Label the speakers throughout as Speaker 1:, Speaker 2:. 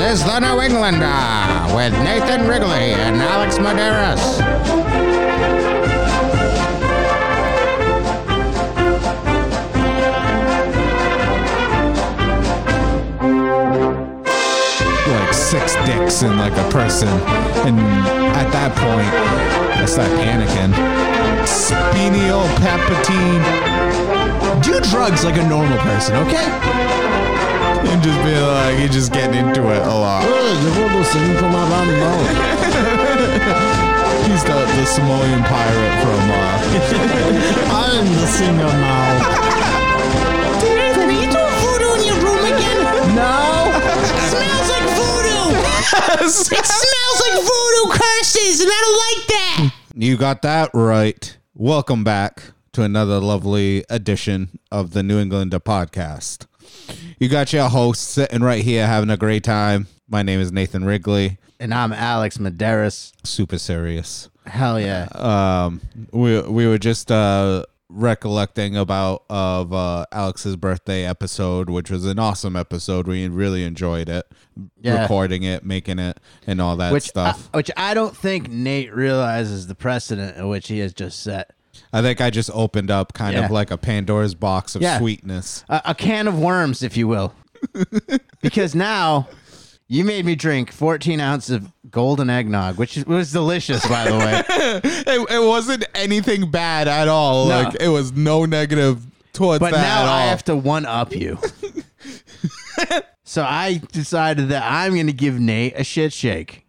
Speaker 1: is The New Englander with Nathan Wrigley and Alex Medeiros.
Speaker 2: like six dicks in like a person. And at that point, I start panicking. Spinal palpatine. Do drugs like a normal person, okay? And just be like, you're just getting into it a lot.
Speaker 3: Je veux de ce livre ma bande, non.
Speaker 2: He's the, the Samoan pirate from uh,
Speaker 3: I'm the singer now.
Speaker 4: Are you doing voodoo in your room again?
Speaker 3: No.
Speaker 4: smells like voodoo. it smells like voodoo curses, and I don't like that.
Speaker 2: You got that right. Welcome back to another lovely edition of the New Englander podcast. You got your host sitting right here having a great time. My name is Nathan Wrigley.
Speaker 1: And I'm Alex Medeiros.
Speaker 2: Super serious.
Speaker 1: Hell yeah.
Speaker 2: Um, we we were just uh recollecting about of uh Alex's birthday episode, which was an awesome episode. We really enjoyed it,
Speaker 1: Yeah.
Speaker 2: recording it, making it, and all that
Speaker 1: which, uh,
Speaker 2: stuff.
Speaker 1: I, which I don't think Nate realizes the precedent in which he has just set.
Speaker 2: I think I just opened up kind
Speaker 1: Yeah.
Speaker 2: of like a Pandora's box of
Speaker 1: Yeah.
Speaker 2: sweetness.
Speaker 1: a, a can of worms, if you will. because now you made me drink 14 ounces of golden eggnog, which is- was delicious, by the way.
Speaker 2: It, it wasn't anything bad at all.
Speaker 1: No.
Speaker 2: Like it was no negative towards
Speaker 1: But
Speaker 2: that at
Speaker 1: now
Speaker 2: all.
Speaker 1: I have to one up you. so I decided that I'm going to give Nate a shit shake.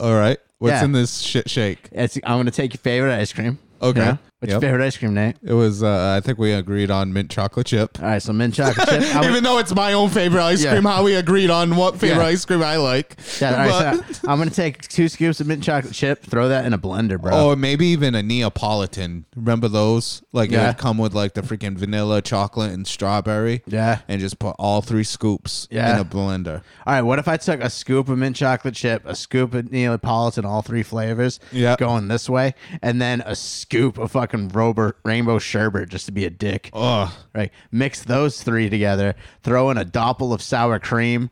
Speaker 2: all right. What's
Speaker 1: Yeah.
Speaker 2: in this shit shake?
Speaker 1: It's, I'm going to take your favorite ice cream.
Speaker 2: Okay.
Speaker 1: What's
Speaker 2: Yep.
Speaker 1: your favorite ice cream, Nate?
Speaker 2: It was. Uh, I think we agreed on mint chocolate chip.
Speaker 1: All right, so mint chocolate chip. I
Speaker 2: Even though it's my own favorite ice
Speaker 1: Yeah.
Speaker 2: cream, how we agreed on what favorite
Speaker 1: Yeah.
Speaker 2: ice cream I like.
Speaker 1: yeah, all right,
Speaker 2: But-
Speaker 1: so I'm going to take two scoops of mint chocolate chip, throw that in a blender, bro.
Speaker 2: or maybe even a Neapolitan. Remember those? Like it
Speaker 1: Yeah.
Speaker 2: would come with like the freaking vanilla, chocolate, and strawberry.
Speaker 1: Yeah.
Speaker 2: And just put all three scoops
Speaker 1: Yeah.
Speaker 2: in a blender.
Speaker 1: All right, what if I took a scoop of mint chocolate chip, a scoop of Neapolitan, all three flavors,
Speaker 2: Yep.
Speaker 1: going this way, and then a scoop of fucking Robert, rainbow sherbet just to be a dick.
Speaker 2: Ugh.
Speaker 1: Right, mix those three together, throw in a doppel of sour cream,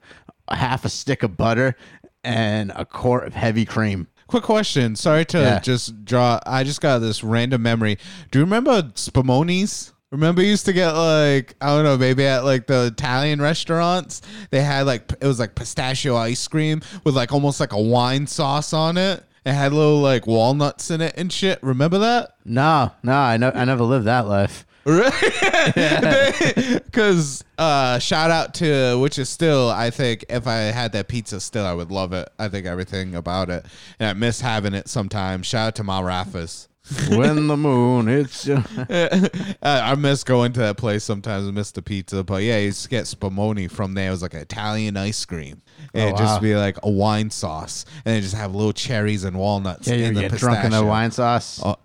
Speaker 1: a half a stick of butter, and a quart of heavy cream.
Speaker 2: Quick question. Sorry to
Speaker 1: Yeah.
Speaker 2: just draw. I just got this random memory. Do you remember Spumoni's? Remember, you used to get like I don't know, maybe at like the Italian restaurants, they had like p- it was like pistachio ice cream with like almost like a wine sauce on it. It had little like walnuts in it and shit. Remember that?
Speaker 1: No, no, I no, I never lived that life.
Speaker 2: Because uh, shout out to which is still, I think if I had that pizza still, I would love it. I think everything about it, and I miss having it sometimes. Shout out to my Raffas.
Speaker 1: when the moon, it's
Speaker 2: Uh, I miss going to that place sometimes. I miss the pizza, but yeah, you just get spumoni from there. It was like an Italian ice cream, and
Speaker 1: Oh,
Speaker 2: it'd just
Speaker 1: wow.
Speaker 2: be like a wine sauce, and it just have little cherries and walnuts.
Speaker 1: yeah, you
Speaker 2: in the
Speaker 1: get drunk in the
Speaker 2: pistachio.
Speaker 1: wine sauce.
Speaker 2: Oh,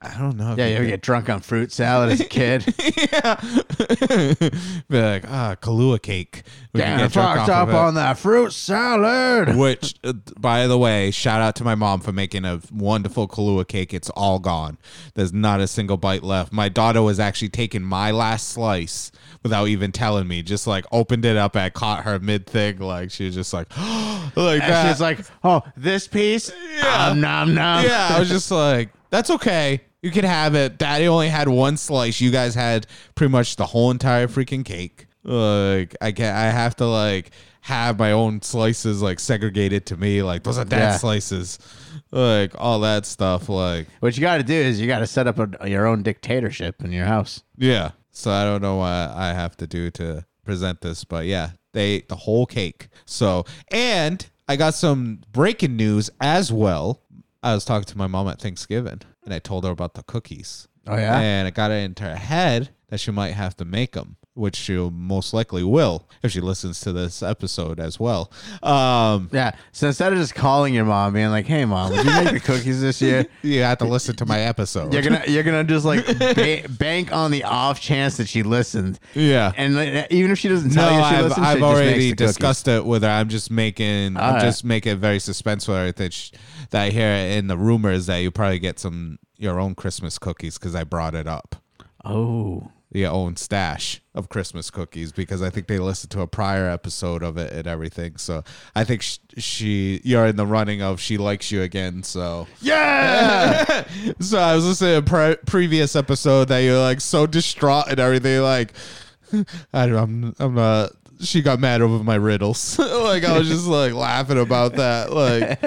Speaker 2: I don't know. if
Speaker 1: yeah,
Speaker 2: you
Speaker 1: you ever
Speaker 2: could-
Speaker 1: get drunk on fruit salad as a kid.
Speaker 2: be like ah, Kahlua cake. We can
Speaker 1: Damn,
Speaker 2: get drunk
Speaker 1: fucked
Speaker 2: off
Speaker 1: up
Speaker 2: of it.
Speaker 1: on that fruit salad.
Speaker 2: Which, uh, by the way, shout out to my mom for making a wonderful Kahlua cake. It's all gone. There's not a single bite left. My daughter was actually taking my last slice without even telling me. Just like opened it up. I caught her mid thing. Like she was just like,
Speaker 1: And
Speaker 2: like that.
Speaker 1: she's like, "Oh, this piece,
Speaker 2: Yeah.
Speaker 1: nom nom nom."
Speaker 2: yeah. I was just like, that's okay. You can have it. Daddy only had one slice. You guys had pretty much the whole entire freaking cake. Like I can I have to like have my own slices like segregated to me. Like those are dad
Speaker 1: Yeah.
Speaker 2: slices. Like all that stuff. Like
Speaker 1: What you got to do is you got to set up a, your own dictatorship in your house.
Speaker 2: yeah. So I don't know what I have to do to present this, but yeah, they ate the whole cake. So and I got some breaking news as well. I was talking to my mom at Thanksgiving and I told her about the cookies.
Speaker 1: Oh, yeah?
Speaker 2: And it got it into her head that she might have to make them, which she will most likely will if she listens to this episode as well. Um,
Speaker 1: Yeah. So instead of just calling your mom, being like, "Hey, mom, would you make the cookies this year?"
Speaker 2: you have to listen to my episode.
Speaker 1: You're gonna you're gonna just like ba- bank on the off chance that she listened.
Speaker 2: yeah.
Speaker 1: And like, even if she doesn't
Speaker 2: No,
Speaker 1: tell you she
Speaker 2: I've,
Speaker 1: listens,
Speaker 2: I've
Speaker 1: she just makes
Speaker 2: already
Speaker 1: the cookies.
Speaker 2: discussed it with her. I'm just making, I'm
Speaker 1: Alright.
Speaker 2: just making it very suspenseful. That, sh- that I hear in the rumors that you probably get some your own Christmas cookies because I brought it up.
Speaker 1: Oh,
Speaker 2: the own stash of Christmas cookies because I think they listened to a prior episode of it and everything. So I think sh- she, you're in the running of she likes you again. So yeah. so I was listening to a pre- previous episode that you're like so distraught and everything. Like I don't, I'm, I'm not. She got mad over my riddles. like I was just like laughing about that. Like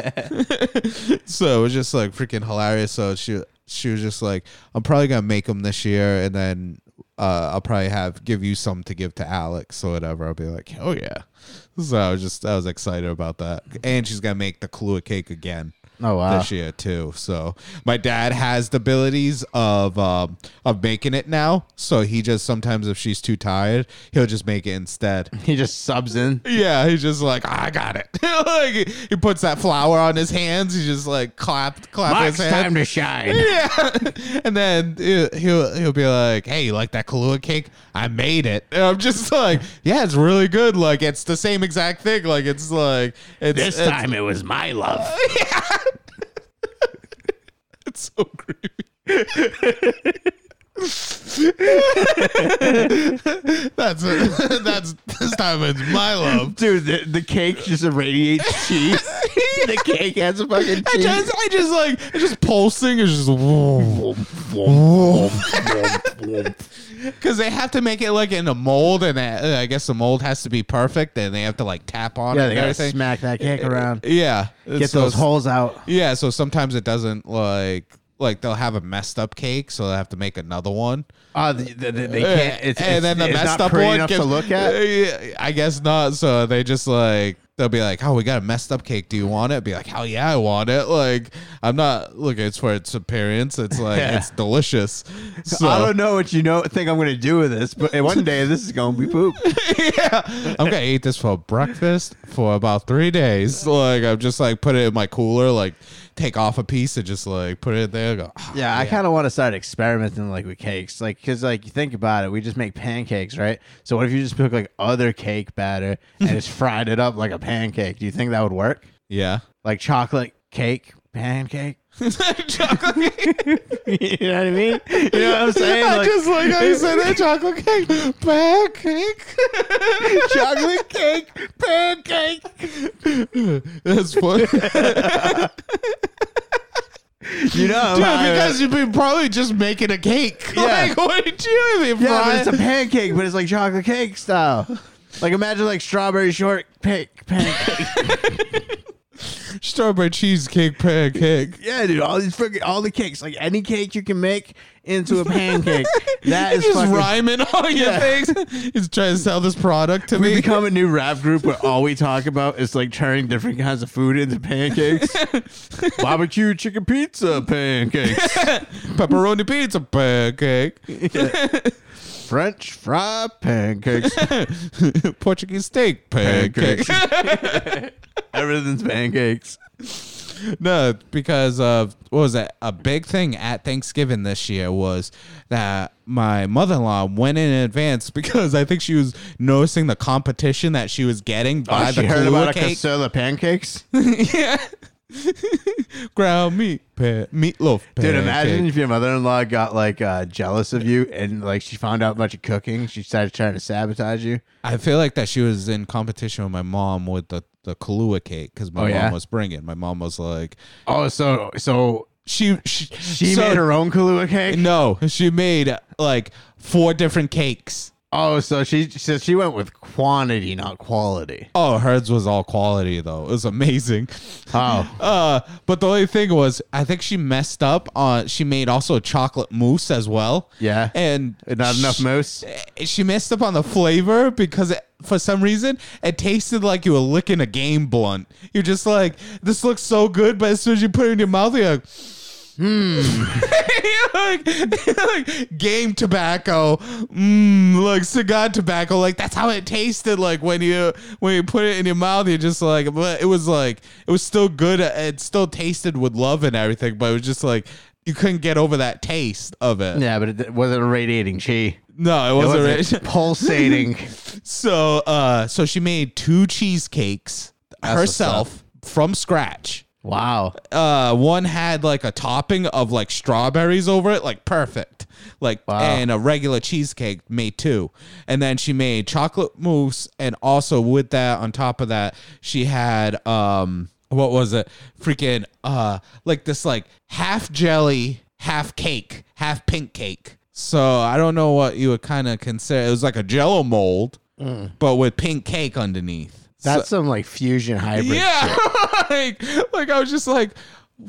Speaker 2: so it was just like freaking hilarious. So she she was just like, I'm probably gonna make them this year, and then uh, I'll probably have give you some to give to Alex or whatever. I'll be like, oh yeah. So I was just I was excited about that, and she's gonna make the Kahlua cake again.
Speaker 1: Oh, wow.
Speaker 2: This year too. So my dad has the abilities of um, of making it now. So he just sometimes if she's too tired, he'll just make it instead.
Speaker 1: He just subs in.
Speaker 2: Yeah, he's just like, "Ah, I got it. like he puts that flower on his hands. He just like clap, clap
Speaker 1: Mark's
Speaker 2: his hands.
Speaker 1: time to shine.
Speaker 2: yeah, and then he- he'll he'll be like, "Hey, you like that Kahlua cake? I made it." And I'm just like, "Yeah, it's really good. Like it's the same exact thing. Like it's like it's
Speaker 1: This
Speaker 2: it's,
Speaker 1: time it was my love.
Speaker 2: it's so creepy." that's it. That's this time it's my love.
Speaker 1: Dude, the, the cake just irradiates cheese. the cake has a fucking
Speaker 2: I
Speaker 1: cheese.
Speaker 2: just, I just like, it's just pulsing. It's just because they have to make it like in a mold, and uh, I guess the mold has to be perfect, and they have to like tap on
Speaker 1: yeah,
Speaker 2: it
Speaker 1: they
Speaker 2: and
Speaker 1: gotta
Speaker 2: everything.
Speaker 1: smack that cake around.
Speaker 2: Yeah,
Speaker 1: Get
Speaker 2: So
Speaker 1: those
Speaker 2: it's-
Speaker 1: holes out.
Speaker 2: Yeah, so sometimes it doesn't like like they'll have a messed up cake, so they have to make another one. Eh,
Speaker 1: Oh, the, the, the, they can't. It's,
Speaker 2: and
Speaker 1: it's,
Speaker 2: then the
Speaker 1: it's
Speaker 2: messed
Speaker 1: not
Speaker 2: up
Speaker 1: pretty
Speaker 2: one
Speaker 1: enough
Speaker 2: gives-
Speaker 1: to look at.
Speaker 2: Uh, yeah, I guess not. So they just like they'll be like, "Oh, we got a messed up cake. Do you want it?" Be like, "Hell yeah, I want it." Like I'm not looking. It's for its appearance. It's like
Speaker 1: Yeah.
Speaker 2: it's delicious. So
Speaker 1: I don't know what you know think I'm gonna do with this, but one day this is gonna be poop.
Speaker 2: I'm gonna eat this for breakfast for about three days. Like I'm just like put it in my cooler. Like take off a piece and just like put it there. Go. "Ah,
Speaker 1: Yeah, I kind of want to start experimenting like with cakes, like because like you think about it, we just make pancakes, right? So what if you just took like other cake batter and just fried it up like a pancake? Do you think that would work?
Speaker 2: yeah.
Speaker 1: Like chocolate cake pancake?
Speaker 2: Chocolate cake.
Speaker 1: you know what I mean? You know what I'm saying?
Speaker 2: I
Speaker 1: Like,
Speaker 2: just like how you said that chocolate cake, pancake, chocolate cake, pancake. That's funny, dude.
Speaker 1: you know, I-
Speaker 2: Because you've been probably just making a cake.
Speaker 1: Yeah.
Speaker 2: Like, what did you even
Speaker 1: yeah, but it's
Speaker 2: fry?
Speaker 1: a pancake, but it's like chocolate cake style. Like imagine like strawberry shortcake pancake.
Speaker 2: strawberry cheesecake pancake?
Speaker 1: yeah, dude, all these freaking all the cakes, like any cake you can make into a pancake. that is
Speaker 2: just
Speaker 1: fucking
Speaker 2: rhyming all your things. He's trying to sell this product to
Speaker 1: We
Speaker 2: me.
Speaker 1: become a new rap group where all we talk about is like turning different kinds of food into pancakes. Barbecue chicken pizza pancakes.
Speaker 2: pepperoni pizza pancake,
Speaker 1: French fry pancakes.
Speaker 2: Portuguese steak pancake.
Speaker 1: Everything's pancakes.
Speaker 2: No, because of what was that? A big thing at Thanksgiving this year was that my mother in law went in advance because I think she was noticing the competition that she was getting by
Speaker 1: Oh,
Speaker 2: the
Speaker 1: she heard
Speaker 2: Kahlua
Speaker 1: about a
Speaker 2: cake.
Speaker 1: casella pancakes?
Speaker 2: yeah. Ground meat, pa- meatloaf.
Speaker 1: Dude,
Speaker 2: pancake.
Speaker 1: imagine if your mother-in-law got like uh, jealous of you and like she found out about your cooking. She started trying to sabotage you.
Speaker 2: I feel like that she was in competition with my mom with the the Kahlua cake because my
Speaker 1: Oh,
Speaker 2: mom
Speaker 1: yeah?
Speaker 2: was bringing. My mom was like,
Speaker 1: Oh, so so
Speaker 2: she she,
Speaker 1: she
Speaker 2: so-
Speaker 1: made her own Kahlua cake.
Speaker 2: No, she made like four different cakes.
Speaker 1: Oh, so she so she went with quantity, not quality.
Speaker 2: Oh, hers was all quality though. It was amazing.
Speaker 1: Oh,
Speaker 2: Uh, but the only thing was, I think she messed up on. She made also a chocolate mousse as well.
Speaker 1: Yeah.
Speaker 2: and
Speaker 1: not enough
Speaker 2: she-
Speaker 1: moose.
Speaker 2: She messed up on the flavor because it, for some reason it tasted like you were licking a game blunt. You're just like, this looks so good, but as soon as you put it in your mouth, you're like. hmm. You're like, you're like game tobacco, mm, like cigar tobacco. Like that's how it tasted. Like when you when you put it in your mouth, you're just like, but it was like it was still good. It still tasted with love and everything, but it was just like you couldn't get over that taste of it.
Speaker 1: Yeah, but it wasn't irradiating chi.
Speaker 2: No, it
Speaker 1: It
Speaker 2: wasn't.
Speaker 1: wasn't
Speaker 2: right.
Speaker 1: pulsating.
Speaker 2: So, uh, so she made two cheesecakes herself from scratch.
Speaker 1: Wow.
Speaker 2: Uh, one had like a topping of like strawberries over it, like perfect. like and a regular cheesecake made two, and then she made chocolate mousse, and also with that, on top of that, she had um what was it? Freaking uh like this like half jelly, half cake, half pink cake. So I don't know what you would kind of consider. It was like a Jello mold, but with pink cake underneath.
Speaker 1: That's some like fusion hybrid.
Speaker 2: Yeah, like, like I was just like,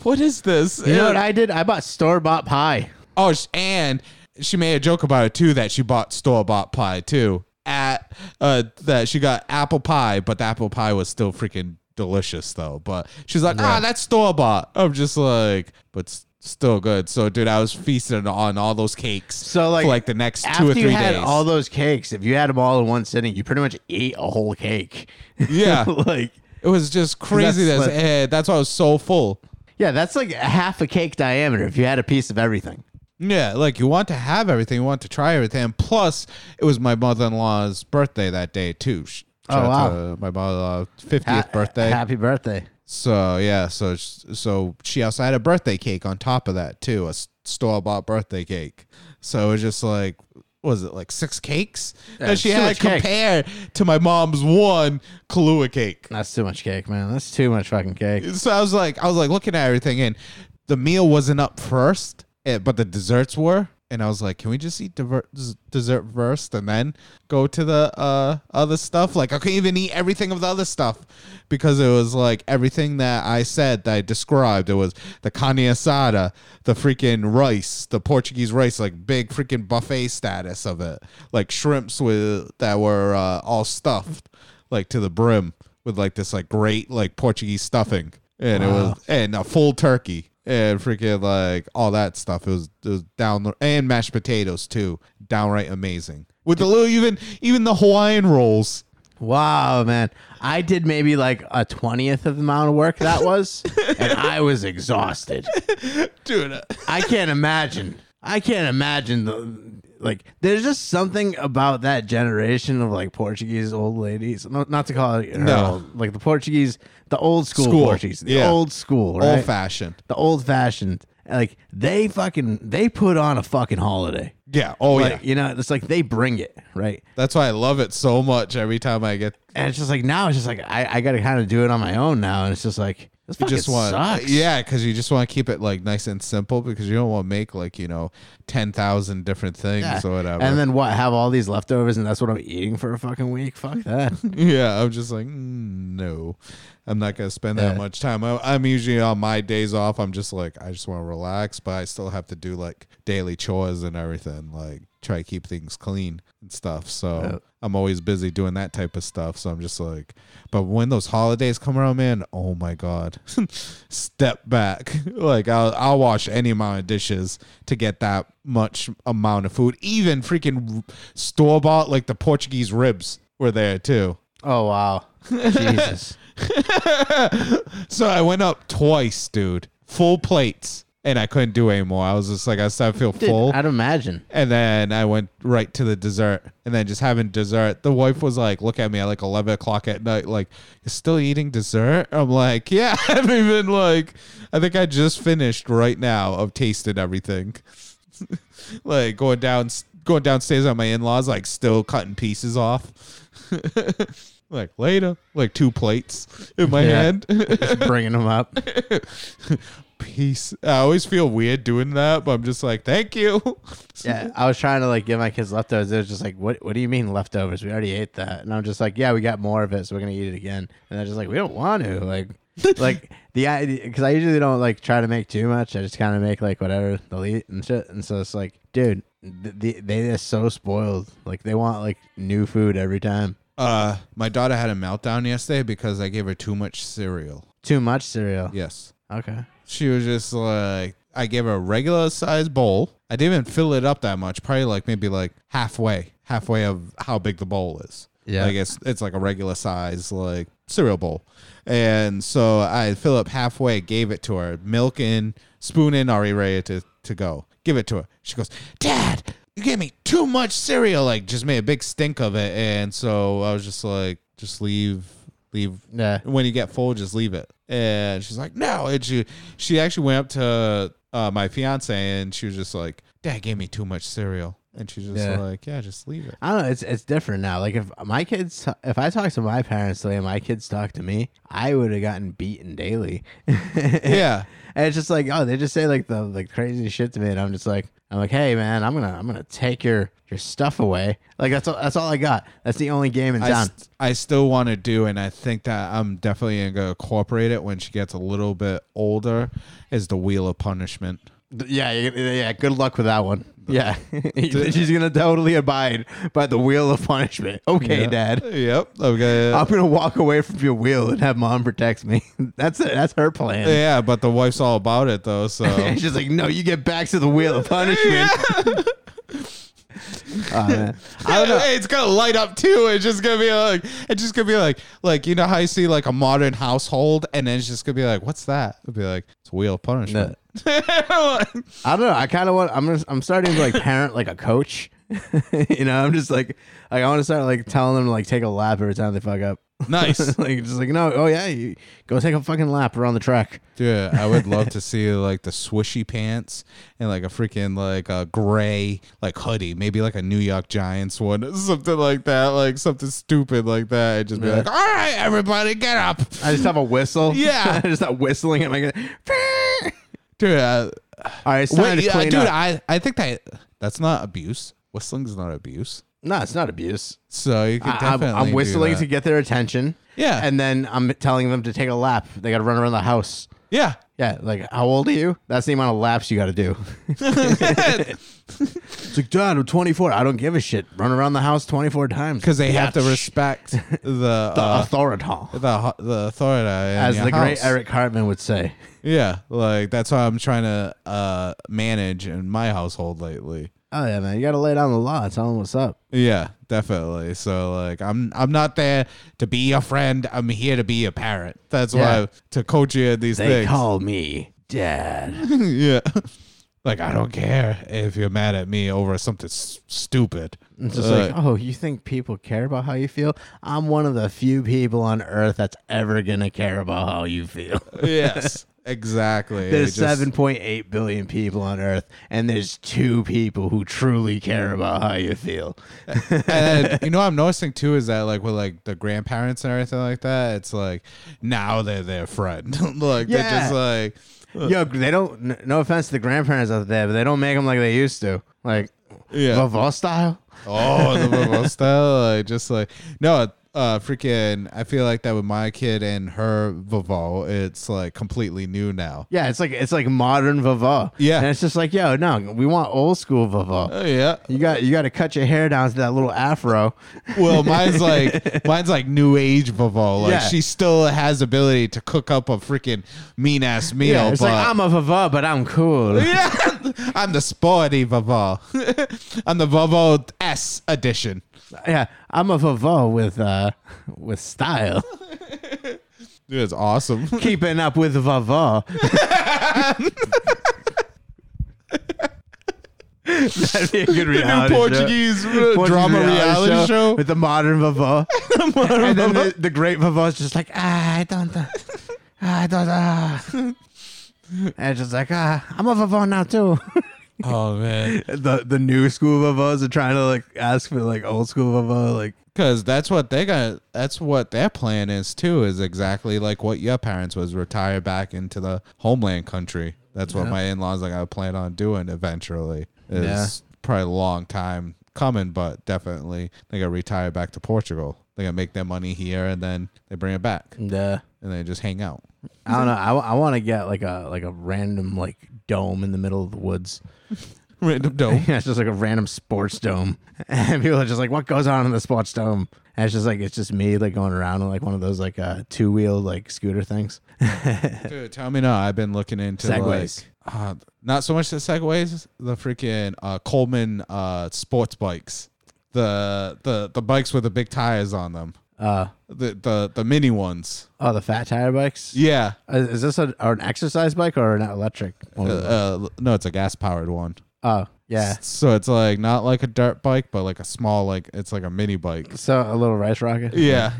Speaker 2: what is this?
Speaker 1: You know what
Speaker 2: And-
Speaker 1: I did? I bought store bought pie.
Speaker 2: oh, sh- and she made a joke about it too that she bought store bought pie too. At uh, that she got apple pie, but the apple pie was still freaking delicious though. But she's like, ah, that's store bought. I'm just like, but s- still good. So dude, I was feasting on all those cakes.
Speaker 1: So like,
Speaker 2: for like the next
Speaker 1: after
Speaker 2: two or three
Speaker 1: you had
Speaker 2: days.
Speaker 1: all those cakes, if you had them all in one sitting, you pretty much ate a whole cake.
Speaker 2: Yeah.
Speaker 1: like
Speaker 2: it was just crazy. That's,
Speaker 1: That's
Speaker 2: that's,
Speaker 1: like-
Speaker 2: why I was so full.
Speaker 1: yeah, that's like a half a cake diameter if you had a piece of everything.
Speaker 2: Yeah, like you want to have everything, you want to try everything. And plus, it was my mother in law's birthday that day too. Sh-
Speaker 1: Oh,
Speaker 2: shout out
Speaker 1: wow.
Speaker 2: to my mother in law's
Speaker 1: Ha-
Speaker 2: fiftieth birthday.
Speaker 1: Happy birthday.
Speaker 2: so yeah, so sh- so she also had a birthday cake on top of that too, a store bought birthday cake. So it was just like. what Was it like six cakes that
Speaker 1: it's
Speaker 2: she
Speaker 1: too
Speaker 2: had
Speaker 1: much cake.
Speaker 2: compared to my mom's one Kahlua cake?
Speaker 1: That's too much cake, man. That's too much fucking cake.
Speaker 2: so I was like, I was like looking at everything, and the meal wasn't up first, eh, but the desserts were. And I was like, can we just eat diver- des- dessert first and then go to the uh, other stuff? Like, I couldn't even eat everything of the other stuff because it was like everything that I said that I described. It was the carne asada, the freaking rice, the Portuguese rice, like big freaking buffet status of it, like shrimps with that were uh, all stuffed like to the brim with like this like great like Portuguese stuffing, and it was and a full turkey and freaking like all that stuff. It was, it was down and mashed potatoes too, downright amazing. With the little even even the Hawaiian rolls.
Speaker 1: Wow, man. I did maybe like a 20th of the amount of work that was, and I was exhausted.
Speaker 2: Dude, uh,
Speaker 1: I can't imagine. I can't imagine the like. There's just something about that generation of like Portuguese old ladies. No, not to call it her
Speaker 2: No.
Speaker 1: old, like the Portuguese, the old school,
Speaker 2: School,
Speaker 1: Portuguese, the
Speaker 2: yeah.
Speaker 1: old school, right?
Speaker 2: old fashioned.
Speaker 1: the old fashioned. Like they fucking they put on a fucking holiday.
Speaker 2: Yeah. Oh
Speaker 1: Like
Speaker 2: yeah.
Speaker 1: you know, it's like they bring it right,
Speaker 2: That's why I love it so much. Every time I get,
Speaker 1: and it's just like now it's just like I, I got to kind of do it on my own now, and it's just like this
Speaker 2: you
Speaker 1: fucking
Speaker 2: just want,
Speaker 1: sucks.
Speaker 2: yeah, because you just want to keep it like nice and simple because you don't want to make like you know ten thousand different things
Speaker 1: Yeah.
Speaker 2: or whatever.
Speaker 1: And then what? Have all these leftovers, and that's what I'm eating for a fucking week. Fuck that.
Speaker 2: Yeah, I'm just like, "Mm, no, I'm not gonna spend that
Speaker 1: Yeah.
Speaker 2: much time. I, I'm usually on my days off. I'm just like, I just want to relax, but I still have to do like daily chores and everything. Like try to keep things clean and stuff. So
Speaker 1: Yeah.
Speaker 2: I'm always busy doing that type of stuff. So I'm just like, but when those holidays come around, man, oh my god, step back. like I'll I'll wash any amount of dishes to get that much amount of food. Even freaking store bought like the Portuguese ribs were there too.
Speaker 1: Oh wow, Jesus!
Speaker 2: So I went up twice, dude. Full plates. And I couldn't do anymore. I was just like, I started to feel
Speaker 1: Dude,
Speaker 2: full.
Speaker 1: I'd imagine.
Speaker 2: and then I went right to the dessert. And then just having dessert. The wife was like, look at me at like 11 o'clock at night, like, you're still eating dessert? I'm like, yeah, I haven't even like, I think I just finished right now of tasting everything. like going down, going downstairs at my in-laws, like still cutting pieces off. like later, like two plates in my
Speaker 1: Yeah.
Speaker 2: hand.
Speaker 1: Bringing them up.
Speaker 2: peace. I always feel weird doing that, but I'm just like, thank you.
Speaker 1: Yeah, I was trying to like give my kids leftovers. It was just like, what? What do you mean leftovers? We already ate that, and I'm just like, yeah, we got more of it, so we're gonna eat it again. And they're just like, we don't want to. Like, like the idea, because I usually don't like try to make too much. I just kind of make like whatever they'll eat and shit. And so it's like, dude, th- the, they are so spoiled. Like they want like new food every time.
Speaker 2: Uh, my daughter had a meltdown yesterday because I gave her too much cereal.
Speaker 1: Too much cereal.
Speaker 2: Yes.
Speaker 1: Okay.
Speaker 2: She was just like, I gave her a regular sized bowl. I didn't even fill it up that much, probably like maybe like halfway, halfway of how big the bowl is.
Speaker 1: Yeah.
Speaker 2: Like it's it's like a regular size like cereal bowl. And so I fill up halfway, gave it to her, milk in, spoon in, already ready to, to go. Give it to her. She goes, Dad, you gave me too much cereal. Like just made a big stink of it. And so I was just like, just leave leave
Speaker 1: Yeah.
Speaker 2: when you get full, just leave it. And she's like, no. And she she actually went up to uh, my fiance and she was just like, Dad gave me too much cereal, and she's just
Speaker 1: Yeah.
Speaker 2: like, yeah, just leave it.
Speaker 1: I don't know. It's it's different now. Like if my kids, if I talk to my parents the way my kids talk to me, I would have gotten beaten daily.
Speaker 2: Yeah.
Speaker 1: and it's just like, oh, they just say like the like crazy shit to me, and I'm just like, I'm like, hey man, I'm gonna I'm gonna take your your stuff away. Like that's all, that's all I got. That's the only game in
Speaker 2: I,
Speaker 1: town.
Speaker 2: st- I still want to do, and I think that I'm definitely going to incorporate it when she gets a little bit older, is the wheel of punishment.
Speaker 1: Th- yeah, you- yeah. Good luck with that one. Yeah, she's gonna totally abide by the wheel of punishment. Okay,
Speaker 2: Yeah.
Speaker 1: Dad.
Speaker 2: Yep. Okay.
Speaker 1: I'm gonna walk away from your wheel and have mom protect me. that's it. That's her plan.
Speaker 2: yeah, but the wife's all about it, though. So
Speaker 1: And she's like, no, you get back to the wheel of punishment. Aw, man.
Speaker 2: I don't know. It's gonna light up too. It's just gonna be like it's just gonna be like like you know how you see like a modern household and then it's just gonna be like, What's that? It'll be like it's a wheel of punishment.
Speaker 1: I don't know. I kind of want. I'm. Just, I'm starting to like parent like a coach. you know, I'm just like, like I want to start like telling them to like take a lap every time they fuck up.
Speaker 2: nice.
Speaker 1: like just like no, oh yeah, you go take a fucking lap around the track.
Speaker 2: Dude, I would love to see like the swishy pants and like a freaking like a gray like hoodie, maybe like a New York Giants one, something like that, like something stupid like that. And just be
Speaker 1: Yeah.
Speaker 2: like, all right, everybody, get up,
Speaker 1: I just have a whistle.
Speaker 2: Yeah.
Speaker 1: I just start whistling at my. All
Speaker 2: dude. I,
Speaker 1: right, it's time
Speaker 2: wait,
Speaker 1: to
Speaker 2: yeah,
Speaker 1: clean
Speaker 2: dude,
Speaker 1: up.
Speaker 2: I I think that that's not abuse. Whistling's not abuse.
Speaker 1: no, it's not abuse.
Speaker 2: So you can
Speaker 1: I, am
Speaker 2: definitely do
Speaker 1: whistling
Speaker 2: that.
Speaker 1: to get their attention.
Speaker 2: Yeah.
Speaker 1: and then I'm telling them to take a lap. They got to run around the house.
Speaker 2: yeah.
Speaker 1: Yeah, like how old are you? That's the amount of laps you got to do. it's like, Dad, I'm 24. I don't give a shit. Run around the house 24 times
Speaker 2: Because they have to
Speaker 1: Bitch.
Speaker 2: respect the
Speaker 1: the
Speaker 2: uh,
Speaker 1: authority,
Speaker 2: the the authority in
Speaker 1: as
Speaker 2: your
Speaker 1: the great
Speaker 2: house.
Speaker 1: Eric Cartman would say.
Speaker 2: Yeah, like that's how I'm trying to uh, manage in my household lately.
Speaker 1: Oh yeah, man, you got to lay down the law. Tell them what's up.
Speaker 2: Yeah, definitely. So like I'm I'm not there to be a friend. I'm here to be a parent. That's
Speaker 1: Yeah.
Speaker 2: why to coach you in these
Speaker 1: They
Speaker 2: things.
Speaker 1: call me Dad.
Speaker 2: yeah. Like I don't care if you're mad at me over something s- stupid.
Speaker 1: It's just
Speaker 2: Uh,
Speaker 1: like, oh, you think people care about how you feel? I'm one of the few people on earth that's ever gonna care about how you feel.
Speaker 2: yes, exactly.
Speaker 1: There's
Speaker 2: Just-
Speaker 1: 7.8 billion people on Earth, and there's two people who truly care about how you feel.
Speaker 2: and then, you know what I'm noticing too is that like with like the grandparents and everything like that, it's like now they're their friend. like
Speaker 1: Yeah.
Speaker 2: they're just like
Speaker 1: Yo, they don't. n- No offense to the grandparents out there, but they don't make them like they used to. Like,
Speaker 2: Yeah.
Speaker 1: Vavá style.
Speaker 2: oh the Bobo style, like just like no. Uh, freaking! I feel like that with my kid and her Vivo, it's like completely new now.
Speaker 1: Yeah, it's like it's like modern Vavá.
Speaker 2: Yeah.
Speaker 1: and it's just like, yo, no, we want old school Vavá.
Speaker 2: Oh yeah.
Speaker 1: You got you got to cut your hair down to that little afro.
Speaker 2: Well, mine's like mine's like new age Vivo. Like
Speaker 1: Yeah.
Speaker 2: she still has ability to cook up a freaking mean ass meal.
Speaker 1: Yeah, it's
Speaker 2: but
Speaker 1: like I'm a Vavá, but I'm cool.
Speaker 2: Yeah, I'm the sporty Vovo. I'm the Vovo S edition.
Speaker 1: yeah, I'm a Vavá with uh with style.
Speaker 2: Dude, it's awesome.
Speaker 1: Keeping up with Vavá. That'd be a good
Speaker 2: New
Speaker 1: reality show.
Speaker 2: Portuguese uh,
Speaker 1: Portuguese
Speaker 2: drama reality, show.
Speaker 1: with the modern Vavá. and then the, the great Vavó's just like, ah, I don't, uh, I don't, uh. and just like, ah, I'm a Vavá now too.
Speaker 2: Oh man,
Speaker 1: the the new school Vavás are trying to like ask for like old school Vavá, like
Speaker 2: because that's what they got. That's what their plan is too. Is exactly like what your parents was retire back into the homeland country. That's what my in-laws like. I plan on doing eventually. It's
Speaker 1: Yeah.
Speaker 2: probably a long time coming, but definitely they gotta retire back to Portugal. They gotta make their money here and then they bring it back
Speaker 1: yeah.
Speaker 2: and they just hang out.
Speaker 1: I don't know. I, want to get like a like a random like dome in the middle of the woods.
Speaker 2: Random dome.
Speaker 1: Yeah, it's just like a random sports dome, and people are just like, "What goes on in the sports dome?" And it's just like it's just me like going around on like one of those like uh, two wheel like scooter things.
Speaker 2: Dude, tell me now. I've been looking into
Speaker 1: Segways.
Speaker 2: like uh, not so much the segways, the freaking uh, Coleman uh, sports bikes, the the the bikes with the big tires on them,
Speaker 1: Uh,
Speaker 2: the the the mini ones.
Speaker 1: oh, the fat tire bikes. Uh,
Speaker 2: Yeah,
Speaker 1: Is, is this a, or an exercise bike or an electric?
Speaker 2: uh,
Speaker 1: One of those?
Speaker 2: uh, no, it's a gas powered one.
Speaker 1: oh, Yeah.
Speaker 2: So it's like not like a dirt bike, but like a small like it's like a mini bike.
Speaker 1: So a little rice rocket.
Speaker 2: Yeah.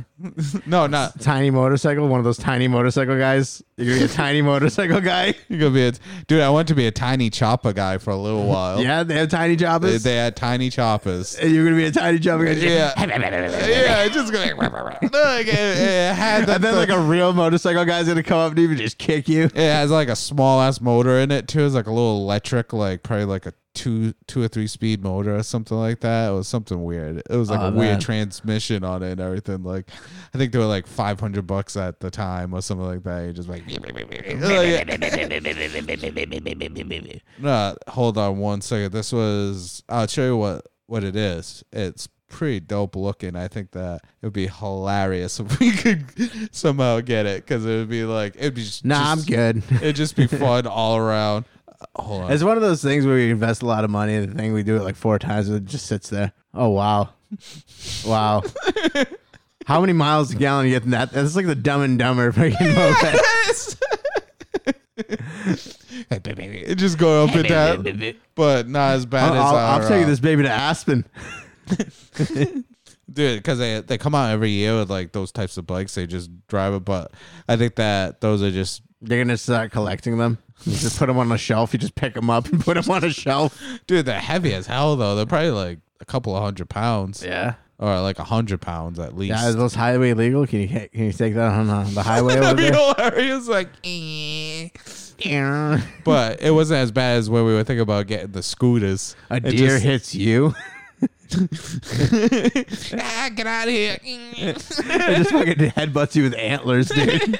Speaker 2: no, not
Speaker 1: Tiny motorcycle. One of those tiny motorcycle guys. You're gonna be a tiny motorcycle guy.
Speaker 2: you're gonna be a dude. I want to be a tiny chopper guy for a little while.
Speaker 1: Yeah, they have tiny
Speaker 2: They,
Speaker 1: choppers.
Speaker 2: Oh. they had tiny choppers.
Speaker 1: and you're gonna be a tiny chopper guy.
Speaker 2: Yeah. yeah, it's just going like, it, it had that
Speaker 1: And then
Speaker 2: the-
Speaker 1: like a real motorcycle guy's gonna come up to you and just kick you.
Speaker 2: It has like a small ass motor in it too. It's like a little electric, like probably like a two two or three speed motor or something like that. It was something weird. It was like
Speaker 1: Oh,
Speaker 2: a weird
Speaker 1: man.
Speaker 2: transmission on it and everything. Like I think they were like five hundred bucks at the time or something like that. You just like, nah, hold on one second. This was I'll show you what what it is. It's pretty dope looking. I think that it would be hilarious if we could somehow get it because it would be like it'd be just,
Speaker 1: Nah, I'm
Speaker 2: just-
Speaker 1: good.
Speaker 2: It'd just be fun all around. Uh, Hold on.
Speaker 1: It's one of those things where we invest a lot of money. The thing we do it like four times, it just sits there. Oh wow, wow. How many miles a gallon you get in that? That's like the Dumb and Dumber freaking moped.
Speaker 2: It just go up and down, but not as bad
Speaker 1: I'll,
Speaker 2: as
Speaker 1: I'll, I'll
Speaker 2: our,
Speaker 1: take
Speaker 2: uh,
Speaker 1: this baby to Aspen.
Speaker 2: dude because they they come out every year with like those types of bikes. They just drive it, but I think that those are just
Speaker 1: You're gonna start collecting them. You just put them on a shelf. You just pick them up and put them on a shelf.
Speaker 2: dude. They're heavy as hell though. They're probably like a couple of hundred pounds,
Speaker 1: Yeah.
Speaker 2: or like a hundred pounds at least.
Speaker 1: Yeah, is those highway legal? Can you can you take that on uh, the highway over
Speaker 2: That'd be
Speaker 1: there?
Speaker 2: hilarious. Like, eh.
Speaker 1: Yeah.
Speaker 2: but it wasn't as bad as where we were thinking about getting the scooters.
Speaker 1: A
Speaker 2: It
Speaker 1: deer
Speaker 2: just-
Speaker 1: hits you.
Speaker 2: ah, get out of here.
Speaker 1: it just fucking headbutts you with antlers, dude.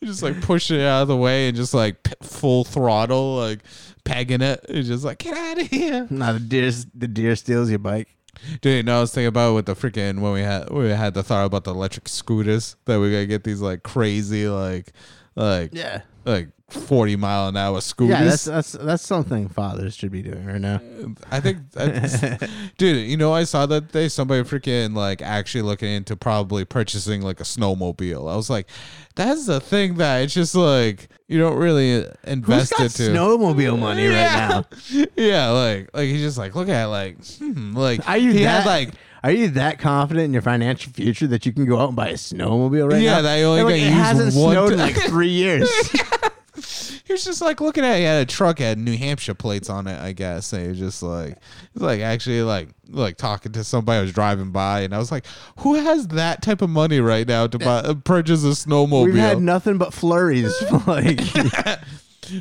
Speaker 2: You just like push it out of the way and just like p- full throttle, like pegging it. It's just like get out of here.
Speaker 1: no, the deer the deer steals your bike.
Speaker 2: Dude, you know, I was thinking about with the freaking when we had we had the thought about the electric scooters that we gotta get these like crazy like like
Speaker 1: Yeah.
Speaker 2: like forty mile an hour scooters.
Speaker 1: Yeah, that's that's that's something fathers should be doing right now.
Speaker 2: I think, that's, dude, you know, I saw that day somebody freaking like actually looking into probably purchasing like a snowmobile. I was like, that's the thing that it's just like you don't really
Speaker 1: Who's
Speaker 2: invest
Speaker 1: got
Speaker 2: into.
Speaker 1: snowmobile money right now?
Speaker 2: now. Yeah, like like he's just like look at it, like hmm, like
Speaker 1: Are you
Speaker 2: he
Speaker 1: that
Speaker 2: had like
Speaker 1: Are you that confident in your financial future that you can go out and buy a snowmobile right
Speaker 2: Yeah,
Speaker 1: now?
Speaker 2: they only
Speaker 1: And, like,
Speaker 2: gonna
Speaker 1: it
Speaker 2: use
Speaker 1: hasn't
Speaker 2: one
Speaker 1: snowed in
Speaker 2: time.
Speaker 1: like three years.
Speaker 2: he was just like looking at it, he had a truck had New Hampshire plates on it, I guess. And he was just like he's like actually like like talking to somebody who was driving by and I was like, Who has that type of money right now to buy uh, purchase a snowmobile?
Speaker 1: We've had nothing but flurries. like